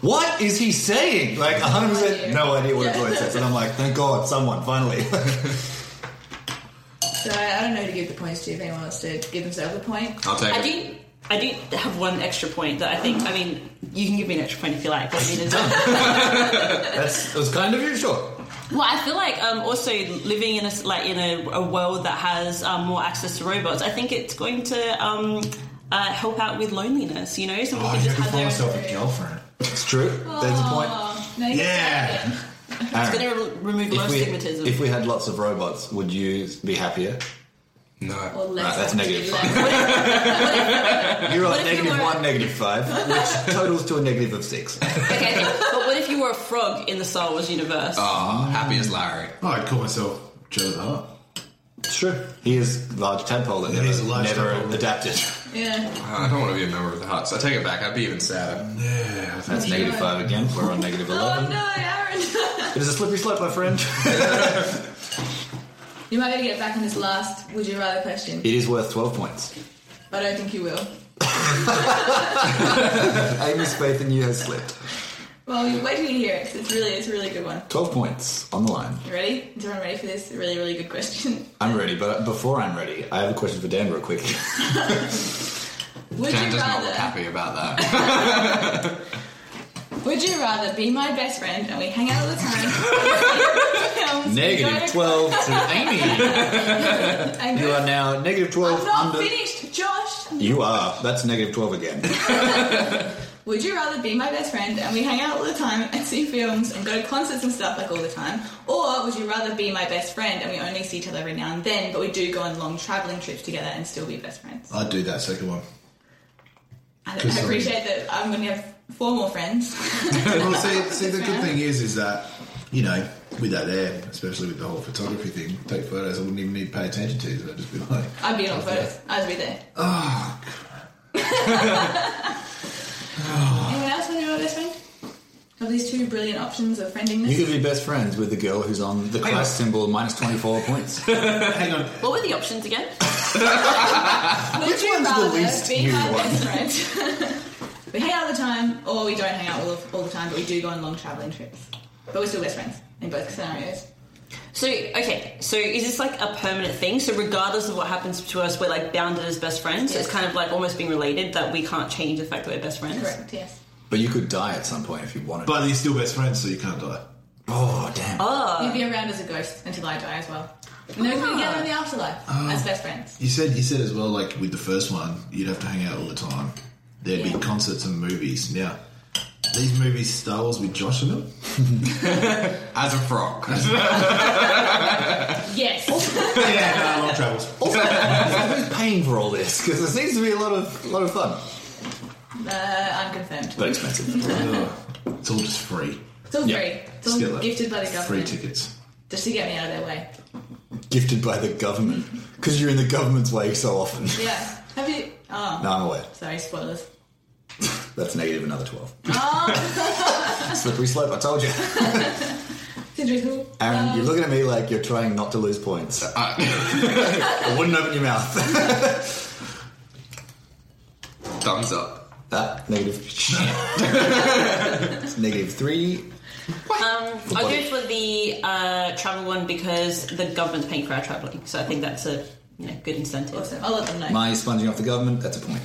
S3: What is he saying? Like 100% no idea what a droid says. And I'm like, thank God, someone, finally.
S1: so I don't know who to give the points to. If anyone wants to give themselves a point,
S6: I'll take
S5: I
S6: it.
S5: do. I do have one extra point that I think. I mean, you can give me an extra point if you like. But I mean, it's-
S3: That's, that was kind of you, sure.
S5: well, I feel like um, also living in a s- like in a, a world that has um, more access to robots. I think it's going to um, uh, help out with loneliness. You know, some people
S4: Oh, you have
S5: just
S4: to
S5: have
S4: find
S5: their.
S4: yourself a girlfriend.
S3: It's true. There's a point.
S1: Oh, no, you
S4: Yeah.
S1: can say it.
S5: It's going to re- remove a lot
S3: if
S5: of
S3: we,
S5: stigmatism.
S3: if we had lots of robots, would you be happier?
S1: Or
S6: No.
S1: less
S3: Right,
S1: likely
S3: that's
S1: to
S3: negative
S1: be
S3: five.
S1: left.
S3: You're
S5: What
S3: on
S5: if you
S3: negative
S5: were-
S3: one, negative five, which totals to a negative of six.
S5: okay, but what if you were a frog in the Star Wars universe?
S6: Ah, happy as Larry.
S4: Oh, I'd call myself Joe the Hutt.
S3: It's true. He is a large tadpole that
S4: Yeah, he's
S3: never,
S4: a large
S3: never
S4: tadpole.
S3: adapted.
S1: yeah.
S6: Ah, I don't want to be a member of the Huts. I take it back. I'd be even sadder.
S4: Yeah, I think
S3: That's negative five again. We're on negative
S1: Oh
S3: eleven.
S1: no, Aaron.
S3: It is a slippery slope, my friend.
S1: You might be able to get back on this last would you rather question.
S3: it is worth twelve points.
S1: I don't think you will.
S3: Amy's faith in you has slipped.
S1: Well, you wait till you hear it 'cause it's really, it's a really good one.
S3: Twelve points on the line.
S1: You ready? Is everyone ready for this? Really, really good question.
S3: I'm ready, but before I'm ready, I have a question for Dan real quick.
S1: Would
S6: Dan
S1: you
S6: does not look
S1: rather?
S6: happy about that.
S1: Would you rather be my best friend and we hang out all the time? Films, go
S3: negative
S1: to-
S3: twelve to Amy.
S1: and
S3: You
S1: go-
S3: are now negative twelve
S1: I'm not
S3: under
S1: finished, Josh.
S3: You are. That's negative 12 again.
S1: Would you rather be my best friend and we hang out all the time and see films and go to concerts and stuff like all the time? Or would you rather be my best friend and we only see each other every now and then, but we do go on long travelling trips together and still be best friends?
S4: I'd do that second one.
S1: I
S4: Good
S1: I
S4: story.
S1: appreciate that I'm going to have four more friends.
S4: well, see, see, the
S1: fair.
S4: good thing is, is that you know, with that there, especially with the whole photography thing, take photos. I wouldn't even need to pay attention to. So I'd just be like,
S1: I'd be in all the photos. I'd be there. Oh. Anyone else want to be my best friend? Of these two brilliant options of friendingness,
S3: You could be best friends with the girl who's on the Christ symbol minus 24 points.
S4: hang on,
S5: What were the options again?
S1: Would you
S3: one's the
S1: rather
S3: least
S1: be
S3: new
S1: my
S3: one?
S1: best friend? we hang out all the time, or we don't hang out all, all the time, but we do go on long travelling trips. But we're still best friends in both scenarios.
S5: So okay, so is this like a permanent thing? So regardless of what happens to us, we're like bounded as best friends. So
S1: Yes.
S5: it's kind of like almost being related that we can't change the fact that we're best friends.
S1: Correct, yes.
S3: but you could die at some point if you wanted.
S4: but you're still best friends, so you can't die.
S3: oh, damn.
S1: You'd be around as a ghost until I die as well. And then we can
S3: Ah.
S1: together in the afterlife as best friends.
S4: You said you said as well, like with the first one, you'd have to hang out all the time. There'd
S1: Yeah.
S4: be concerts and movies. Now, these movies, Star Wars with Josh in them.
S6: As a frog.
S1: Yes.
S4: yeah, no, long travels.
S3: Also, who's paying for all this? Because there seems to be a lot of lot of fun,
S1: uh, unconfirmed.
S3: but expensive.
S4: It's all just free.
S1: It's all
S3: Yeah.
S1: free. It's all
S4: Just get, like,
S1: gifted by the
S4: Free
S1: government.
S4: tickets.
S1: Just to get me out of their way.
S3: Gifted by the government because you're in the government's way so often.
S1: Yeah. Have you. Oh.
S3: No, I'm aware.
S1: Sorry, spoilers.
S3: That's negative another twelve. Slippery slope. I told you.
S1: Cinder Hill.
S3: Aaron, you're looking at me like you're trying not to lose points.
S6: Uh,
S3: I wouldn't open your mouth.
S6: Thumbs up.
S3: Ah, negative. It's negative three.
S5: Um, I'll go for the uh, travel one because the government's paying for our travelling, so I think that's a you know, good incentive.
S1: Awesome. I'll let them know.
S3: My sponging off the government. That's a point.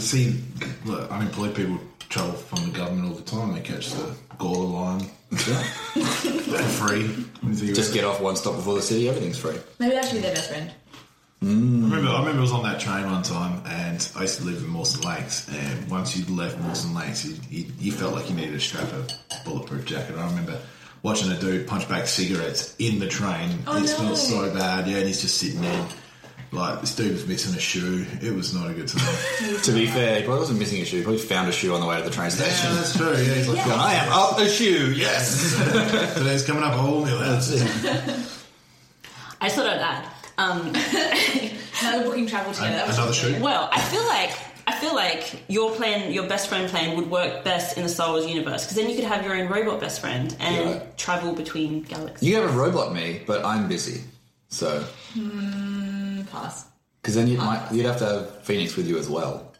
S4: See, look, unemployed people travel from the government all the time. They catch the Gawler line for free.
S3: Just get off one stop before the city. Everything's free.
S1: Maybe I should be their best friend.
S4: I remember, I remember I was on that train one time, and I used to live in Mawson Lakes. And once you left Mawson Lakes, you, you, you felt like you needed to strap a bulletproof jacket. I remember watching a dude punch back cigarettes in the train.
S1: Oh,
S4: it
S1: no.
S4: smelled so bad. Yeah, and he's just sitting there. Like this dude was missing a shoe. It was not a good time.
S3: To be fair, he probably wasn't missing a shoe. He probably found a shoe on the way to the train station.
S4: yeah, that's true. Yeah, he's like,
S3: And
S4: "God,
S3: I am up a shoe. Yes.
S4: today's coming up a whole new house.
S5: I just thought I'd add. Um,
S1: No, we're booking travel together. That was
S4: Another
S1: really
S4: shoe.
S5: well, I feel like I feel like your plan, your best friend plan, would work best in the Star Wars universe because then you could have your own robot best friend and
S3: Yeah.
S5: travel between galaxies.
S3: You have a robot me, but I'm busy. So,
S1: good. Pass.
S3: because then you'd, might, you'd have to have Phoenix with you as well.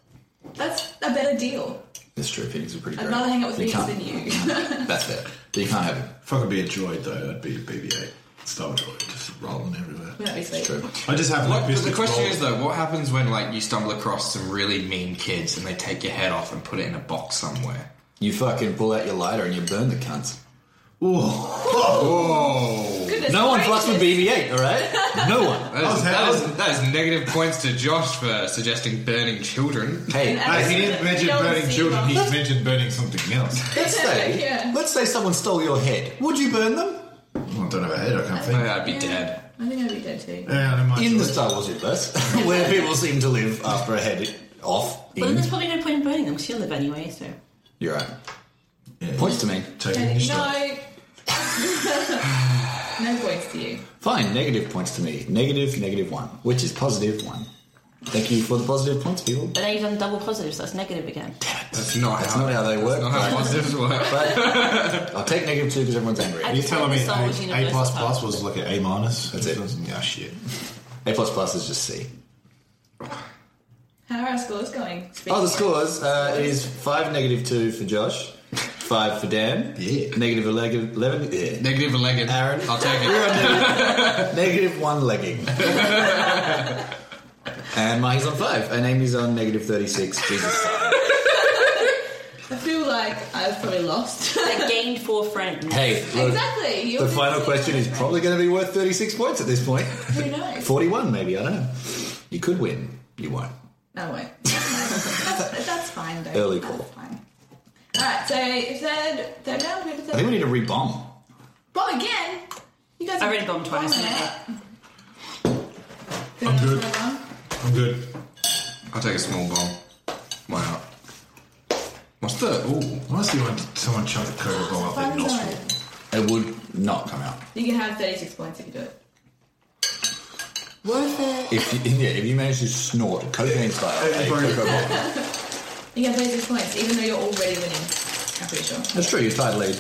S1: That's a better deal.
S3: That's true. Phoenix is pretty
S1: I'd
S3: great.
S1: rather hang out with
S3: You
S1: Phoenix
S3: can't-
S1: than you.
S3: That's fair. But you can't have him.
S4: If I could be a droid though, I'd be a BB-8 Star Droid, just rolling everywhere.
S1: That'd be sweet.
S3: True.
S4: I just have
S6: What, but
S4: like
S6: the
S4: business
S6: question
S4: roll.
S6: is though, what happens when like you stumble across some really mean kids and they take your head off and put it in a box somewhere?
S3: You fucking pull out your lighter and you burn the cunts.
S1: Goodness
S3: No one
S1: gracious.
S3: fucks with BB-8, all right? No one.
S6: That is,
S4: was
S6: that,
S4: having-
S6: is, that is negative points to Josh for suggesting burning children.
S3: Hey,
S1: And-
S4: Hey, he didn't mention
S1: Don't
S4: burning
S1: see
S4: children.
S1: them.
S4: He mentioned burning something else.
S3: let's say
S1: Yeah.
S3: let's say someone stole your head. Would you burn them
S4: Well, I don't have a head. I can't think.
S6: I'd be dead.
S1: I think I'd be dead too.
S4: Yeah, I don't mind
S3: in the
S4: choice.
S3: Star Wars universe, where people seem to live after a head off?
S5: Well, then
S3: In,
S5: there's probably no point in burning them because you live anyway. So
S3: you're right.
S4: Yeah,
S3: Points to me.
S4: taking
S1: No.
S4: your shot.
S1: no points to you.
S3: Fine, negative points to me. Negative, negative one, which is positive one. Thank you for the positive points, people.
S5: but now you've done double positives. That's negative again.
S6: That's not
S3: That's
S6: how.
S3: not how they work.
S6: not how
S3: but-
S6: positives work.
S3: but I'll take negative two because everyone's angry.
S5: I-
S4: You're telling me
S5: The Star Wars
S4: A, a
S5: universe
S4: plus
S5: is
S4: plus
S5: hard.
S4: was like an A minus?
S3: That's it.
S4: Yeah, shit.
S3: A plus plus is just C.
S1: How are our scores going?
S3: Oh, the scores uh, is five negative two for Josh, five for Dan,
S4: Yeah.
S3: negative eleven, 11 yeah.
S6: Negative and legged.
S3: Aaron.
S6: I'll take
S3: You're
S6: it.
S3: on negative- negative one legging. and Mahi's on five, and Amy's on negative thirty six. Jesus,
S1: I feel like I've probably lost.
S5: I gained four friends.
S3: hey, look,
S1: exactly. You're
S3: Oh, the final question is probably going to be worth thirty six points at this point.
S1: Who knows?
S3: Forty one, maybe I don't know. You could win. You won't.
S1: No, I won't. that's, that's fine, though.
S3: Early
S1: That's
S3: call.
S1: fine. Alright, so if they're, they're down, we're
S3: I think we need to rebomb.
S1: Bomb again? You guys
S5: I already bombed twice,
S1: bombing
S5: I
S1: it.
S7: I'm good.
S1: Another one?
S7: I'm good.
S6: I'll take a small bomb. Why not? What's the?
S7: I
S6: Ooh.
S7: want to see when someone chuck a cobra bomb up their
S1: Fun
S7: nostril.
S1: zone.
S3: It would not come out.
S1: You can have 36 points if you do it.
S3: If you, yeah, if you manage to snort cocaine style, a cocoa bomb.
S1: You get 36 points, even though you're already winning. I'm pretty sure.
S3: That's true. You tied lead.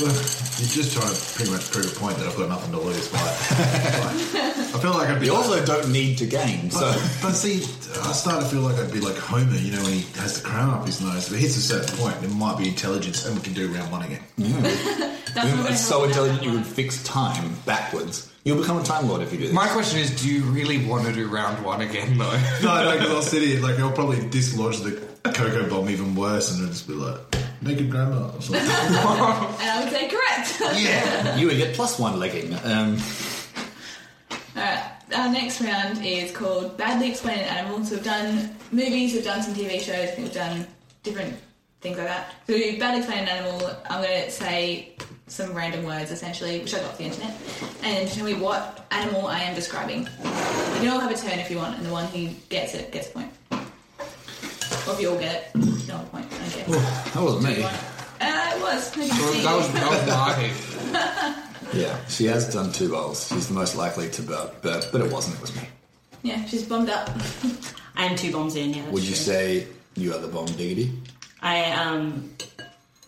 S4: Look, you're just trying to pretty much prove a point that I've got nothing to lose by. I feel like I'd be.
S3: You also don't need to gain. So
S4: But, but see, I start to feel like I'd be like Homer, you know, when he has the crown up his nose. If it hits a certain point, it might be intelligence, and we can do round one again.
S1: That's not gonna
S3: it's so
S1: help that
S3: intelligent you
S1: one.
S3: could fix time backwards. You'll become a time lord if you do this.
S6: My question is, do you really want to do round one again, though?
S4: No, because I'll sit here, like, I'll probably dislodge the cocoa bomb even worse, and it'll just be like, naked grandma or something.
S1: And I would say correct.
S4: yeah!
S3: You would get plus one legging. Um,
S1: Alright, our next round is called Badly Explained Animals. We've done movies, we've done some TV shows, we've done different things like that. So, we do Badly Explained Animal, I'm going to say some random words essentially, which I got off the internet, and tell me what animal I am describing. You can all have a turn if you want, and the one who gets it gets a point. Or if you all get it, no point. I don't care.
S3: that wasn't me.
S1: Uh, it was. Maybe
S6: Well, that was that was my-
S3: Yeah, she has done two bowls. She's the most likely to burp, but but it wasn't. It was me.
S1: Yeah, she's bummed up.
S5: I am two bombs in, yeah. that's
S3: Would you
S5: true.
S3: say you are the bomb diggity?
S5: I, um,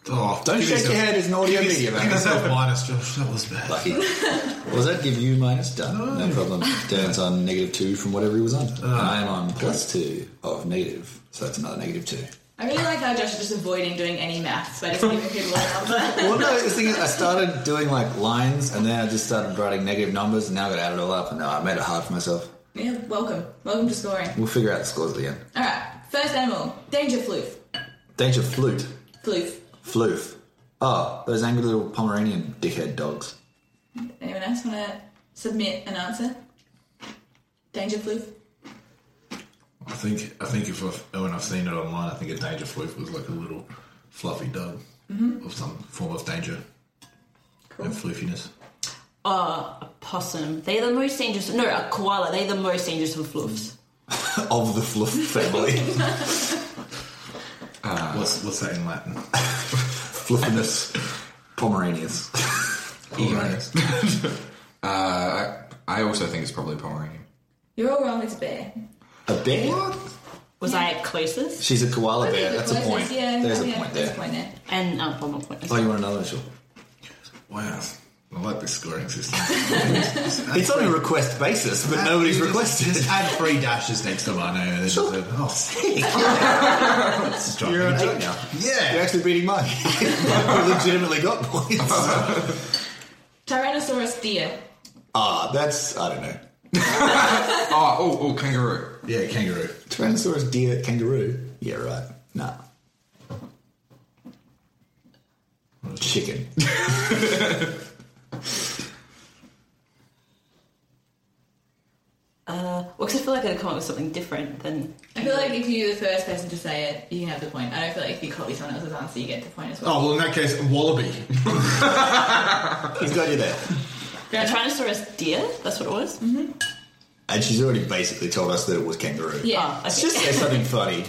S4: Oh,
S3: Don't shake your head. It's an audio media,
S4: Give
S3: man.
S4: yourself minus, Josh. That was bad.
S3: Lucky. Was that give you minus done? No, problem. Dan's on negative two from whatever he was on. and I am on plus two of negative, so that's another negative two.
S1: I really like how Josh is just avoiding doing any maths by just giving people an answer.
S3: Well, no, the thing is, I started doing like lines, and then I just started writing negative numbers, and now I got to add it all up, and now I made it hard for myself.
S1: Yeah, welcome. Welcome to scoring.
S3: We'll figure out the scores at the end.
S1: Alright, first animal. Danger floof.
S3: Danger flute,
S1: Floof.
S3: floof. Oh, those angry little Pomeranian dickhead dogs.
S1: Anyone else want to submit an answer? Danger floof?
S4: I think I think if I've, when I've seen it online, I think a danger floof was like a little fluffy dog
S3: Mm-hmm.
S4: of some form of danger
S1: Cool.
S4: and floofiness.
S5: possum. They're the most dangerous. No, a koala. They're the most dangerous of floofs.
S3: Of the fluff family.
S4: what's what's that in Latin?
S3: Fluffiness Pomeranians.
S4: Uranus.
S6: I also think it's probably Pomeranian.
S1: You're all wrong, it's a bear.
S3: A bear?
S5: Was I closest?
S3: She's a koala
S1: I think
S3: bear.
S1: you're
S3: That's a
S1: closest,
S3: point.
S1: Yeah,
S3: There's a
S1: yeah,
S3: point
S1: there's
S3: there.
S1: a point there.
S5: And um, one more point.
S3: Oh, you want another initial?
S4: wow, I like this scoring system.
S3: It's on a request basis, but nobody's
S4: Just-
S3: requested.
S4: Just add three dashes next to my name. and then just- Oh, sick. It's driving
S3: You're
S4: me
S3: on eight
S4: nuts.
S3: now. You're
S4: Yeah.
S3: actually beating mine. I legitimately got points. Ah,
S1: Tyrannosaurus deer.
S3: Ah, that's I don't know.
S6: Oh, oh, oh, kangaroo.
S4: Yeah, kangaroo.
S3: Tyrannosaurus, deer, kangaroo. Yeah, right. Nah. Chicken.
S5: Well, 'cause I feel like I'd come up with something different than.
S1: I feel like if you're the first person to say it, you can have the point. I don't feel like if you copy someone else's answer, you get the point as well.
S4: Oh well, in that case, wallaby.
S3: He's got you there.
S5: A Tyrannosaurus deer? That's what it was? Mm-hmm.
S3: And she's already basically told us that it was kangaroo.
S1: Yeah.
S5: Oh, okay.
S3: Just say something funny.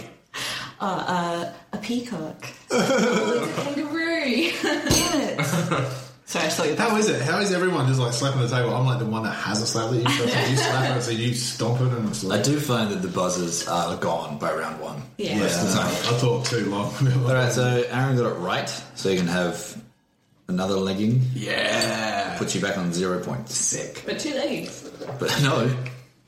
S5: a peacock.
S3: Oh.
S1: Kangaroo.
S5: Damn it. Sorry, I saw you.
S4: How is it? How is everyone just like slapping the table? I'm like the one that hasn't slapped it. You, slap it, you slap it, so you stomp it, and it's
S3: I
S4: like.
S3: do find that the buzzers are gone by round one.
S1: Yeah.
S4: Yeah, no, I talk too long.
S3: All right, so Aaron got it right, so you can have another legging.
S6: Yeah.
S3: Puts you back on zero points.
S6: Sick.
S1: But two legs.
S3: But no,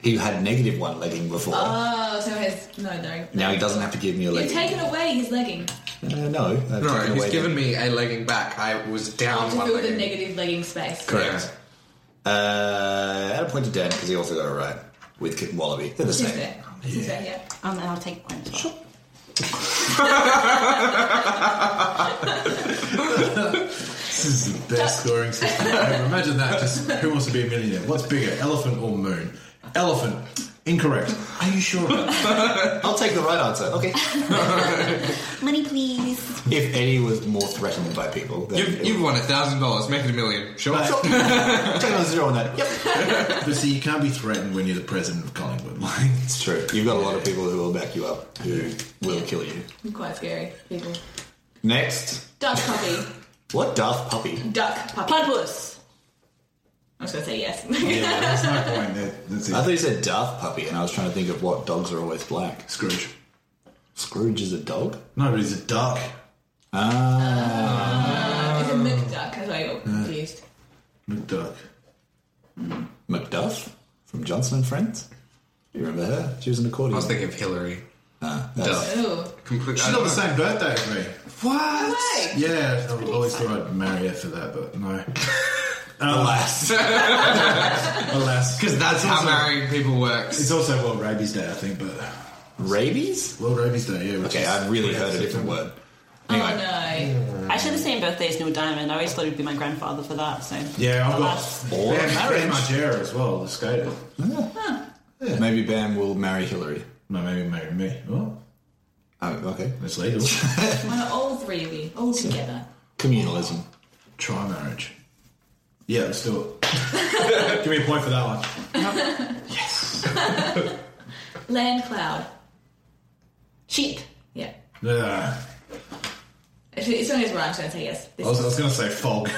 S3: he had negative one legging before.
S1: Oh, so it has no, no.
S3: now he doesn't have to give me a
S1: You've
S3: legging.
S1: taken away his legging.
S3: Uh, no, I've
S6: No,
S3: taken
S6: he's
S3: away
S6: given
S3: the-
S6: me a legging back. Oh, I was
S1: To
S6: down one
S1: fill the
S6: legging.
S1: negative legging space.
S3: Correct. Uh, add a point to Dan because he also got it right with Kit and Wallaby. They're the
S1: Just
S3: same.
S1: there. Just there, yeah.
S5: Um, and I'll take one as well.
S4: This is the best scoring system ever. Imagine that. Just who wants to be a millionaire? What's bigger, elephant or moon? Elephant.
S7: Incorrect.
S3: Are you sure? I'll take the right answer. Okay.
S5: Money, please.
S3: If Eddie was more threatened by people, then
S6: You've, you've won a thousand dollars. Make it a million. Sure.
S3: Right.
S6: sure.
S3: take another zero on that. Yep.
S4: But see, you can't be threatened when you're the president of Collingwood. Like,
S3: It's true. You've got a lot of people who will back you up, who will kill you.
S1: Quite scary, people.
S3: Next.
S1: Duck puppy.
S3: What daft puppy?
S1: Duck puppy.
S5: Platypus.
S1: I was going to say yes.
S4: yeah, that's Uh, no point. That, that's it.
S3: I thought you said daft puppy, and I was trying to think of what dogs are always black.
S4: Scrooge.
S3: Scrooge is a dog?
S4: No, but he's a duck.
S1: it's a McDuck, as I got confused.
S4: McDuck.
S3: Macduff from Johnson and Friends? You remember her? She was an accordion.
S6: I was thinking of Hillary. Duff.
S1: Ooh.
S6: Completely.
S4: She's got the same birthday as me.
S6: What?
S4: Yeah, I always thought I'd marry her for that, but no.
S3: Alas.
S4: Alas.
S6: Because that's how marrying people works.
S4: It's also World Rabies Day, I think, but
S3: Rabies?
S4: World Rabies Day, yeah. Which
S3: Okay,
S4: is,
S3: I've really heard a different word.
S1: Oh no.
S5: I share the same birthday as Neil Diamond. I always thought he'd be my grandfather for that. So
S4: Yeah, I've
S5: Alas.
S4: got
S3: Or
S4: Bam,
S3: marriage.
S4: Bam Margera as well, the skater.
S3: Maybe Bam will marry Hillary.
S4: No, maybe marry me. Well,
S3: Oh, okay.
S4: that's legal.
S1: Why not all three of you? All together.
S3: Communalism.
S4: Try marriage. Yeah, let's do it. Give me a point for that one.
S1: Land cloud.
S5: sheep.
S1: Yeah.
S4: Yeah.
S1: If it's not his right, I'm going to say yes. This
S4: I was, I was going to say fog.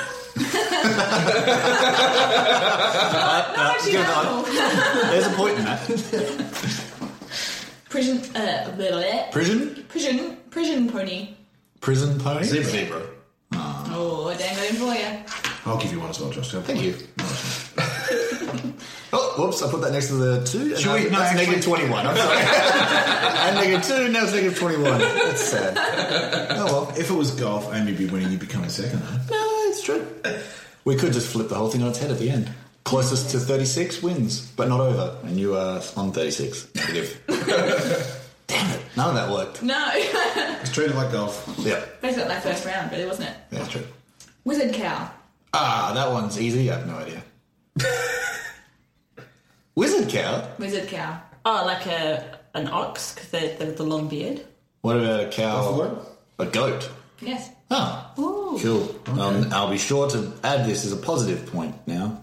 S1: no, actually,
S3: good
S1: no.
S3: There's a point in that.
S1: Prison, uh, blah, blah, blah.
S3: Prison?
S1: prison, prison pony.
S3: Prison pony?
S4: Zebra.
S1: Oh, I dang it for you.
S4: I'll give you one as well, Josh.
S3: Thank you. Oh, whoops, I put that next to the two. and
S4: Should we-
S3: I-
S4: no,
S3: that's
S4: actually-
S3: negative 21. I'm sorry. and negative two, now it's negative 21. That's sad. Oh well.
S4: If it was golf, Amy'd be winning, you'd be coming second, huh?
S3: No, it's true. We could just flip the whole thing on its head at the end. Closest to 36 wins, but not over. And you are on 36. Negative. Damn it. None of that worked.
S1: No.
S4: It's treated like golf.
S3: Yeah,
S1: That's not my first round, but it wasn't it.
S3: that's true.
S1: Wizard cow.
S3: Ah, that one's easy. I have no idea. Wizard cow?
S1: Wizard cow.
S5: Oh, like a an ox because they they have the long beard.
S3: What about a cow?
S4: Buffalo?
S3: A goat.
S1: Yes.
S3: Ah,
S5: Ooh.
S3: cool. Um, I'll be sure to add this as a positive point now.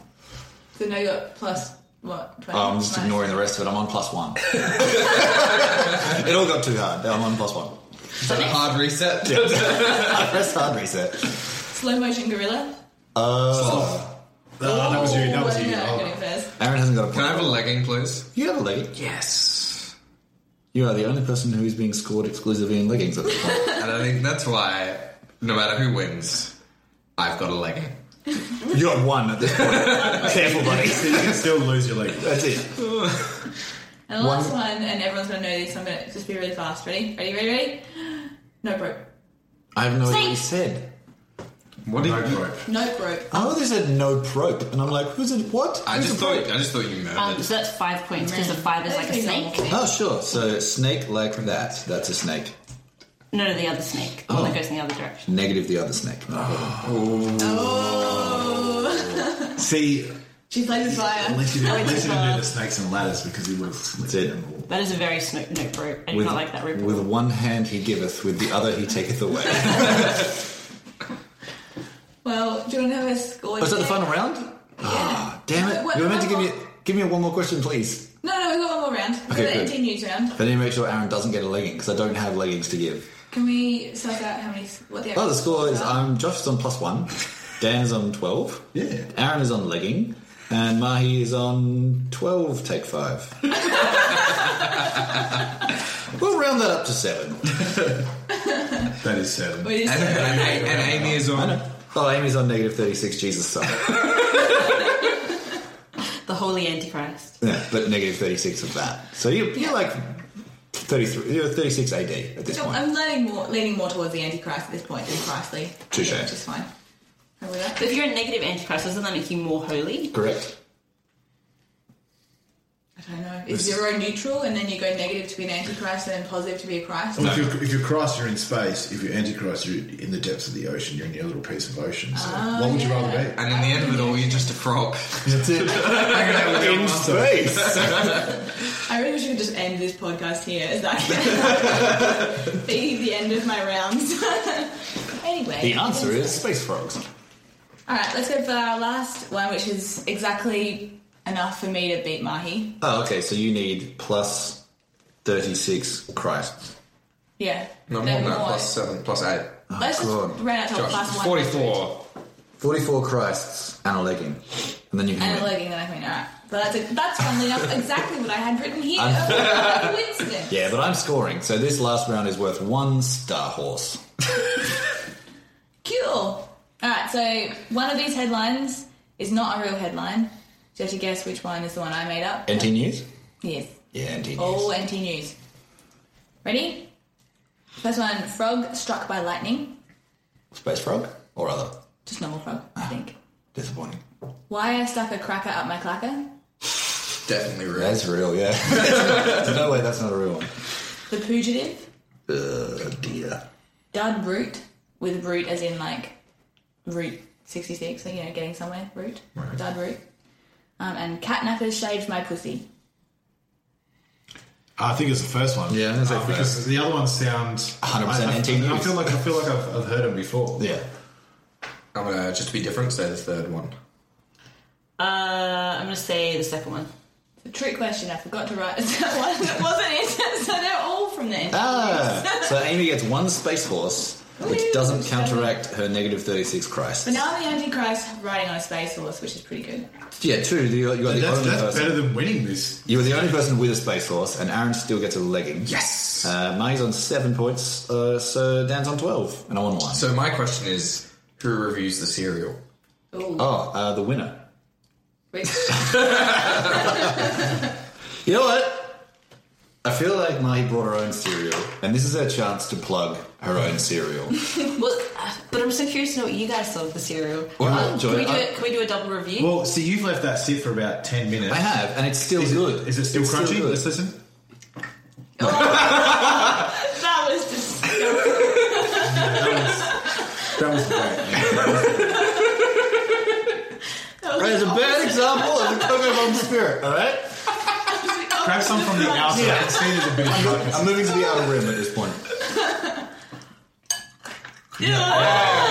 S1: So now you got plus what? 20?
S3: Oh, I'm just
S1: Nice.
S3: ignoring the rest of it. I'm on plus one. it all got too hard. I'm on plus one.
S6: It's like a hard reset.
S3: I pressed hard reset.
S1: Slow motion gorilla.
S4: Ah, that was you. That was
S1: Oh,
S4: you.
S1: no, I'm getting
S4: Oh,
S1: first.
S3: Aaron hasn't got a point.
S6: Can I have a legging, please?
S3: You have a legging.
S6: Yes.
S3: You are the only person who is being scored exclusively in leggings at this point.
S6: And I think that's why, no matter who wins, I've got a legging.
S3: you got one at this point. Careful, buddy.
S4: Oh. you can still lose your leg.
S3: That's it.
S1: And the last one, and everyone's going to know this, so I'm going to just be really fast. Ready? Ready, ready, ready? No broke.
S3: I have no idea what you
S5: Snakes.
S3: said.
S6: What do
S4: No
S6: you?
S4: rope.
S1: No broke.
S3: Oh, they said no probe, and I'm like, who's it? What?
S6: I
S3: Who's
S6: just
S3: a
S6: thought.
S3: probe?
S6: I just thought you
S5: Um,
S6: murdered.
S5: so that's five points because the five is like a snake.
S3: Oh, sure. So snake like that. That's a snake.
S5: No, no, the other snake. The one that goes in the other direction.
S3: Negative the other snake.
S1: Oh.
S4: See,
S1: She plays with fire.
S4: unless you didn't,
S5: I went
S4: unless
S5: too
S4: you didn't do
S5: far.
S4: the snakes and ladders because he would have slipped
S3: That's it.
S4: them all.
S5: That is a very snook nook rope. I do
S3: With,
S5: not like that rope.
S3: with one hand he giveth, with the other he taketh away.
S1: Well, do you want to have a score?
S3: Was that the
S1: check?
S3: final round? Ah, damn it!
S1: Wait,
S3: you were meant to
S1: one
S3: give me
S1: more.
S3: give me one more question, please.
S1: No, no, we've got one more round. We've
S3: Okay,
S1: got the
S3: good.
S1: 18 news round.
S3: I need to make sure Aaron doesn't get a legging because I don't have leggings to give.
S1: Can we suss out how many. What the
S3: Oh, the score is
S1: are?
S3: um, Josh is on plus one, Dan is on twelve,
S4: Yeah.
S3: Aaron is on legging, and Mahi is on twelve. Take five. we'll round that up to seven.
S4: That is seven.
S1: We
S6: And,
S1: just-
S6: and, and, and Amy is on.
S3: Oh, Amy's on negative thirty six. Jesus, son.
S5: The holy antichrist.
S3: Yeah, but negative 36 of that. So you're, you're like 33, you're 36 AD at this
S1: So um,
S3: point.
S1: I'm leaning more, leaning more towards the Antichrist at this point than Christly.
S3: Touche.
S1: Which is fine. Over
S5: But
S1: that.
S5: if you're a negative antichrist, doesn't that make you more holy?
S3: Correct?
S1: I don't know. Is zero neutral, and then you go negative to be an antichrist, and then positive to be a Christ?
S4: Well, if, you're, if you're Christ, you're in space. If you're Antichrist, you're in the depths of the ocean. You're in your little piece of ocean. So what would you rather be?
S6: And in the end of it all, you're just a frog.
S7: That's it. In space.
S1: I really wish we could just end this podcast here. Is that be the end of my rounds? anyway,
S3: The answer is space frogs.
S1: All right, let's go for our last one, which is exactly enough for me to beat Mahi.
S3: Oh, okay. So you need plus thirty-six Christ.
S1: Yeah,
S6: No more
S1: Then
S6: than that,
S1: more.
S6: plus seven, plus eight.
S1: Let's just
S3: God.
S1: round out to a plus
S6: Josh,
S1: one.
S6: 44.
S3: Forty-four Christs and a legging, and then you can.
S1: And a
S3: win.
S1: legging, then I can win. All right. But that's, it. that's funnily enough exactly what I had written here. Oh, coincidence.
S3: Yeah, but I'm scoring, so this last round is worth one star horse.
S1: Cool. All right, so one of these headlines is not a real headline. So you have to guess which one is the one I made up.
S3: NT News.
S1: Yes.
S3: Yeah, NT News.
S1: All NT News. Ready? First one frog struck by lightning.
S3: Space frog or other.
S1: Just normal frog, I think.
S3: Disappointing.
S1: Why I stuck a cracker up my clacker.
S6: Definitely real.
S3: That's real, yeah. There's no way that's not a real one.
S1: The pugitive.
S3: Uh, dear.
S1: Dud root. With root as in like root 66, so you know, getting somewhere. Root. Dud root. Um, and catnappers shaved my pussy.
S7: I think it's the first one.
S3: Yeah, I'm gonna say
S7: Uh, because the other ones sound
S3: 100%
S7: I, I,
S3: NT
S7: I
S3: news.
S7: feel like I feel like I've, I've heard them before.
S3: Yeah.
S6: I'm gonna, just to be different, say the third one.
S5: Uh, I'm gonna say the second one.
S1: It's a trick question, I forgot to write that one. It wasn't it? So they're all from there.
S3: Ah! so Amy gets one space horse, which
S1: Woo!
S3: doesn't counteract her negative 36 Christ.
S1: But now I'm the Antichrist riding on a space horse, which is pretty good.
S3: Yeah, two. You're, you're the
S7: That's,
S3: only
S7: that's
S3: person.
S7: better than winning this.
S3: You were the only person with a space horse, and Aaron still gets a legging. Yes! Uh, Marnie's on seven points, uh, so Dan's on 12, and I'm on one.
S6: So my question is, who reviews the cereal?
S1: Ooh.
S3: oh, uh, the winner.
S1: Rich.
S3: You know what? I feel like Mahi brought her own cereal, and this is her chance to plug her own cereal.
S5: Well, uh, but I'm so curious to know what you guys thought of the cereal. Uh,
S3: Well, I
S5: can,
S3: enjoyed
S5: we
S3: it.
S5: do
S3: I-
S5: a, can we do a double review?
S7: Well, see, you've left that sit for about ten minutes.
S3: I have, and it's still
S7: Is it-
S3: good.
S7: Is it still
S3: It's
S7: crunchy?
S3: good.
S7: Let's listen.
S1: that was just.
S4: That was great.
S1: That was
S3: Right, it's a bad example of the Cocoa Bomb spirit, alright?
S7: Grab some from the outside. It's seen as a bit of darkness.
S3: I'm moving to the outer rim at this point.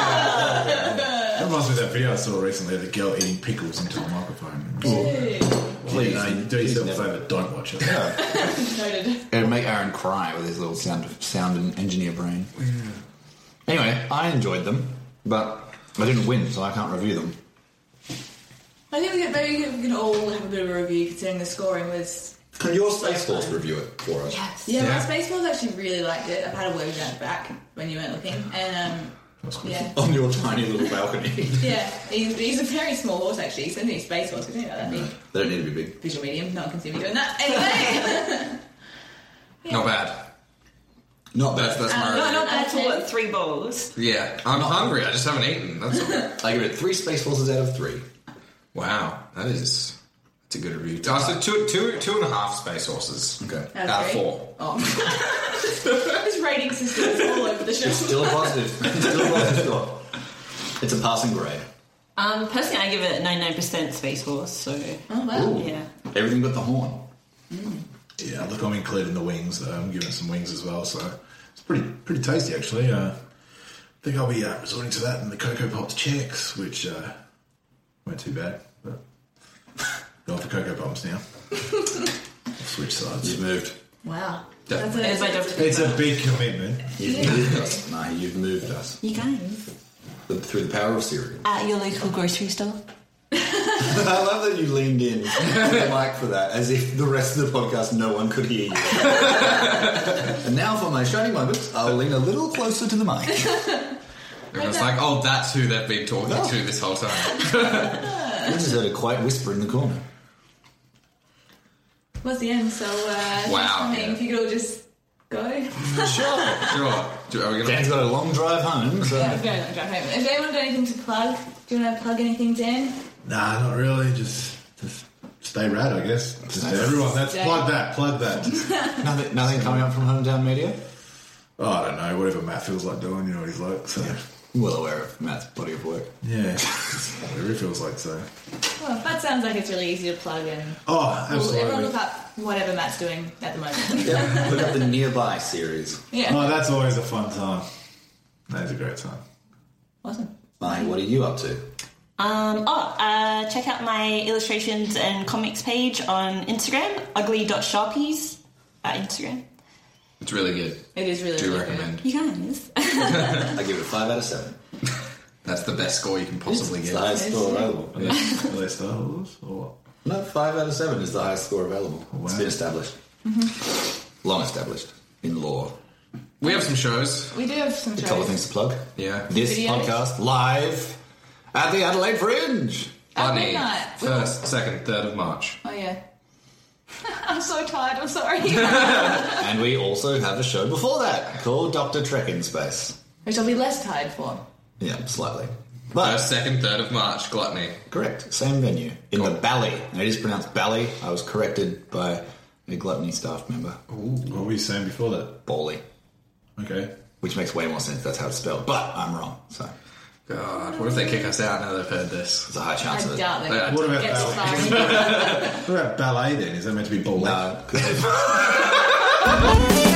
S4: That reminds me of that video I saw recently of the girl eating pickles into the microphone.
S3: Oh, Please.
S4: no, you do
S3: please
S4: yourself a
S3: never.
S4: favour, don't watch it.
S1: noted.
S3: It'd make Aaron cry with his little sound sound and engineer brain. Anyway, I enjoyed them, but I didn't win, so I can't review them.
S1: I think we could, maybe we could all have a bit of a review considering the scoring was.
S3: Can your Space Force review it for us?
S5: yes.
S1: Yeah, my space balls actually really liked it. I've had a word with that back when you weren't looking. And, um. Yeah.
S3: On your tiny little balcony.
S1: Yeah. He's, he's a very small horse, actually. He's only a space horse, isn't he? Like that big.
S3: they don't need to be big.
S1: Visual medium, not consuming doing that. Anyway!
S6: Not bad.
S3: Not
S6: That's,
S3: bad.
S6: that's my
S5: No,
S6: review.
S5: not bad for what? Three bowls.
S6: Yeah, I'm hungry. I just haven't eaten. That's all.
S3: I give it three Space Forces out of three.
S6: wow. That is that's a good review. I said two, two, two and a half space horses.
S3: Okay.
S1: That's
S6: Out of
S1: great.
S6: four.
S1: Oh. His rating system is all over the show.
S3: Still a positive. Still a positive score. It's a passing grade.
S5: Um, personally, I give it 99% Space Force. So
S1: Oh, wow.
S5: yeah,
S3: Everything but the horn.
S4: Yeah, look, I'm including the wings. Uh, I'm giving some wings as well, so it's pretty pretty tasty actually. Uh, I think I'll be uh, resorting to that and the cocoa pops checks, which uh, weren't too bad. But going for cocoa pops now. Switch sides.
S3: You've moved.
S1: Wow.
S6: That's
S1: a,
S5: it's my job to pick
S7: It's a big commitment.
S3: You've moved us. Nah, you've moved us.
S5: You guys
S3: The- Through the power of cereal.
S5: at your local grocery store.
S3: I love that you leaned in the mic for that, as if the rest of the podcast no one could hear you. and now for my shining moment, I'll lean a little closer to the mic.
S6: Everyone's like, oh, that's who they've been talking
S3: No.
S6: to this whole time.
S3: You just heard a quiet whisper in the corner.
S1: was the end, so uh,
S6: Wow.
S1: I mean, if you could all just go.
S3: Sure.
S6: sure. Do, are we gonna?
S3: Dan's got a long drive home,
S1: Yeah,
S3: so
S1: it's very long drive home. Has anyone got anything to plug? Do you want to plug anything, Dan?
S4: Nah, not really. Just just Stay rad, I guess. Just to everyone, that's
S1: Stay-
S4: plug that, plug that.
S3: Nothing, nothing coming up from Hometown Media.
S4: Oh, I don't know, whatever Matt feels like doing, you know what he's like. So
S3: Well aware of Matt's body of work.
S4: yeah, whatever he feels like. So
S1: Well, that sounds like it's really easy to plug in.
S4: oh,
S1: Well, everyone
S4: absolutely.
S1: look up whatever Matt's doing at the moment.
S3: Yeah, look up the nearby series.
S1: yeah,
S4: Oh, that's always a fun time. That is a great time.
S1: awesome.
S3: Mike, what are you up to?
S5: Um, oh, uh, check out my illustrations and comics page on Instagram, ugly.sharpies at Instagram.
S6: It's really good.
S1: It is really,
S6: Do
S1: really
S6: recommend.
S5: You guys.
S3: I give it five out of seven.
S6: That's the best score you can possibly
S3: It's the
S6: get.
S3: highest score available.
S4: Are they, are they Star Wars or what?
S3: No, five out of seven is the highest score available. It's
S4: Wow.
S3: been established, long established in law.
S6: We have some shows.
S1: good. We do have some
S3: A couple of
S1: shows.
S3: things to plug.
S6: Yeah.
S3: This
S1: Video.
S3: podcast live at the Adelaide Fringe.
S1: At
S6: Funny.
S1: midnight. We-
S6: First, second, third of March.
S1: Oh yeah. I'm so tired. I'm sorry.
S3: And we also have a show before that called Doctor Trek in Space.
S1: Which I'll be less tired for.
S3: Yeah, slightly. But
S6: First, second, third of March. Gluttony.
S3: correct, same venue in the Bally. And it is pronounced Bally. I was corrected by a gluttony staff member,
S4: What were you saying before that?
S3: Bally,
S4: Okay.
S3: which makes way more sense. That's how it's spelled. But I'm wrong, so
S6: God, what if they kick us out now they've heard this?
S3: there's a high
S1: I
S3: chance of it.
S1: doubt that.
S6: Yeah.
S4: What about
S1: Gets
S4: ballet?
S1: fired.
S4: What about ballet then? Is that meant to be ballet?
S3: No, 'cause-